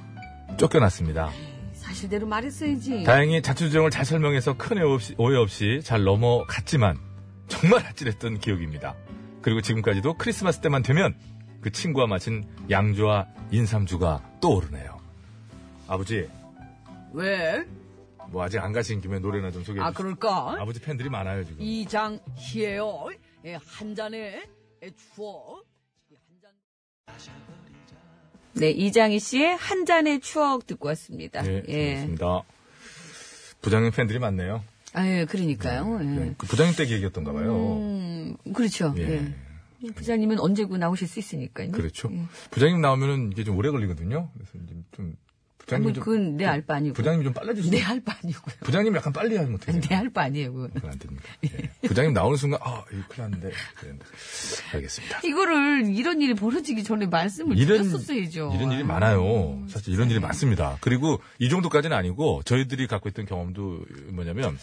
S1: 쫓겨났습니다.
S10: 사실대로 말했어야지.
S1: 다행히 자초지종을 잘 설명해서 큰 오해 없이, 오해 없이 잘 넘어갔지만 정말 아찔했던 기억입니다. 그리고 지금까지도 크리스마스 때만 되면 그 친구와 마신 양주와 인삼주가 떠오르네요. 아버지,
S12: 왜?
S1: 뭐 아직 안 가신 김에 노래나 좀 소개해
S12: 아
S1: 주세요.
S12: 그럴까?
S1: 아버지 팬들이 많아요, 지금.
S12: 이장희예요. 예, 한 잔에 예, 추억. 예, 한 잔.
S2: 네, 이장희 씨의 한 잔의 추억 듣고 왔습니다.
S1: 네,
S2: 예.
S1: 좋습니다. 부장님 팬들이 많네요.
S2: 아, 예, 그러니까요. 예.
S1: 그 부장님 댁 얘기였던가 봐요.
S2: 음, 그렇죠.
S1: 어. 예.
S2: 예. 부장님은 언제고 나오실 수 있으니까요.
S1: 그렇죠.
S2: 예.
S1: 부장님 나오면은 이게 좀 오래 걸리거든요. 그래서 이제 좀
S2: 아, 뭐
S1: 부장님 좀
S2: 그건 네. 내 알 바 아니고.
S1: 부장님 좀 빨라 주세요.
S2: 내 알 바 아니고요.
S1: 부장님 약간 빨리 하면 어떻게
S2: 내
S1: 돼요?
S2: 알 바 아니에요. 그건.
S1: 그건 안 됩니다. 예. 부장님 나오는 순간 아, 이거 큰일 났는데. 그랬는데. 알겠습니다.
S2: 이거를 이런 일이 벌어지기 전에 말씀을 드렸었어야죠. 음. 네.
S1: 이런 일이 많아요. 사실 이런 일이 많습니다. 그리고 이 정도까지는 아니고 저희들이 갖고 있던 경험도 뭐냐면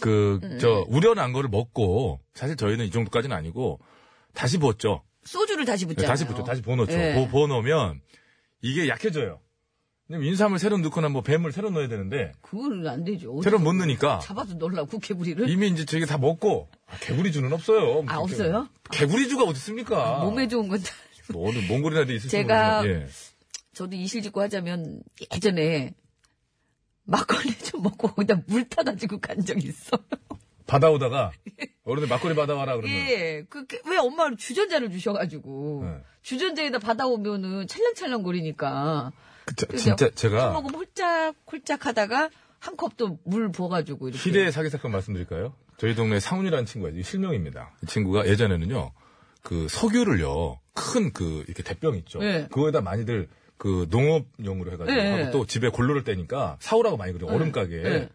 S1: 그
S2: 음.
S1: 저 우려난 거를 먹고 사실 저희는 이 정도까지는 아니고 다시 부었죠.
S2: 소주를 다시 붙잖아요.
S1: 네, 다시 붙죠. 다시 보넣죠.
S2: 예.
S1: 보, 보넣으면 이게 약해져요. 왜냐면 인삼을 새로 넣거나 뭐 뱀을 새로 넣어야 되는데
S2: 그건 안 되죠.
S1: 새로 못 넣으니까
S2: 잡아서 놀라 국회부리를
S1: 뭐- 이미 이제 저게 다 먹고 아, 개구리주는 없어요.
S2: 아, 없어요? 아,
S1: 개구리주가 어디 있습니까?
S2: 몸에 좋은 건 다-
S1: 뭐 어느 몽골이라도 있을
S2: 제가-
S1: 지 모르지만, 예.
S2: 저도 이실직고 하자면 예전에 막걸리 좀 먹고 거기다 물 타가지고 간 적이 있어.
S1: 받아오다가 어른들 막걸리 받아와라 그러면
S2: 예, 그왜 엄마를 주전자를 주셔가지고
S1: 네.
S2: 주전자에다 받아오면은 찰랑찰랑 거리니까
S1: 그, 저-
S2: 그죠?
S1: 진짜
S2: 술
S1: 제가
S2: 먹으면 홀짝홀짝 하다가 한 컵도 물 부어가지고 이렇게
S1: 희대의 사기 사건 말씀드릴까요? 저희 동네 상훈이라는 친구가 있어요. 실명입니다. 이 친구가 예전에는요, 그 석유를요, 큰 그 이렇게 대병 있죠.
S2: 네.
S1: 그거에다 많이들 그 농업용으로 해가지고
S2: 네.
S1: 하고 또 집에 골로를 떼니까 사오라고 많이 그래요. 얼음 가게에.
S2: 네.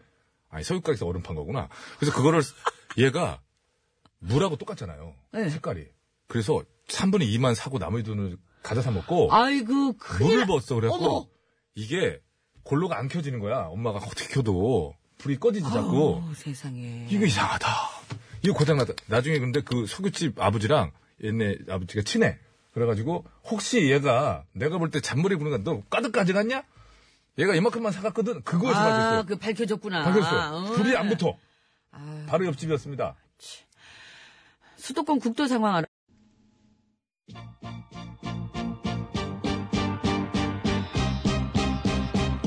S1: 아니, 석유가게에서 얼음 판 거구나. 그래서 그거를 얘가 물하고 똑같잖아요.
S2: 네.
S1: 색깔이. 그래서 3분의 2만 사고 나머지 돈을 가져 사 먹고
S2: 아이고 큰일
S1: 물을
S2: 나-
S1: 부었어 그래갖고
S2: 어머!
S1: 이게 골로가 안 켜지는 거야. 엄마가 어떻게 켜도 불이 꺼지지 자꾸.
S2: 아우, 세상에
S1: 이거 이상하다. 이거 고장났다. 나중에 근데 그 석유집 아버지랑 옛날 아버지가 친해. 그래가지고 혹시 얘가 내가 볼 때 잔머리 부는 건너 까득 가져갔냐? 얘가 이만큼만 사갔거든. 그거에
S2: 아,
S1: 사가졌어요.
S2: 그 밝혀졌구나.
S1: 사가졌어요.
S2: 아,
S1: 불이
S2: 어.
S1: 안 붙어. 바로 옆집이었습니다.
S2: 수도권 국도 상황 알아.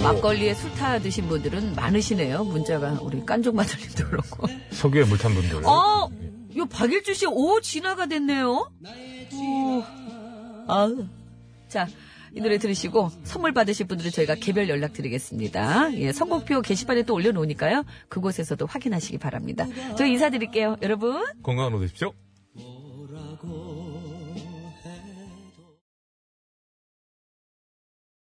S2: 막걸리에 술 타 드신 분들은 많으시네요. 문자가 우리 깐족 마들님도 그렇고.
S1: 석유에 물 탄 분들.
S2: 어, 요 박일주 씨, 오, 진화가 됐네요. 오, 아우. 자, 이 노래 들으시고 선물 받으실 분들은 저희가 개별 연락 드리겠습니다. 예, 선곡표 게시판에 또 올려놓으니까요. 그곳에서도 확인하시기 바랍니다. 저희 인사드릴게요, 여러분.
S1: 건강한 오십시오.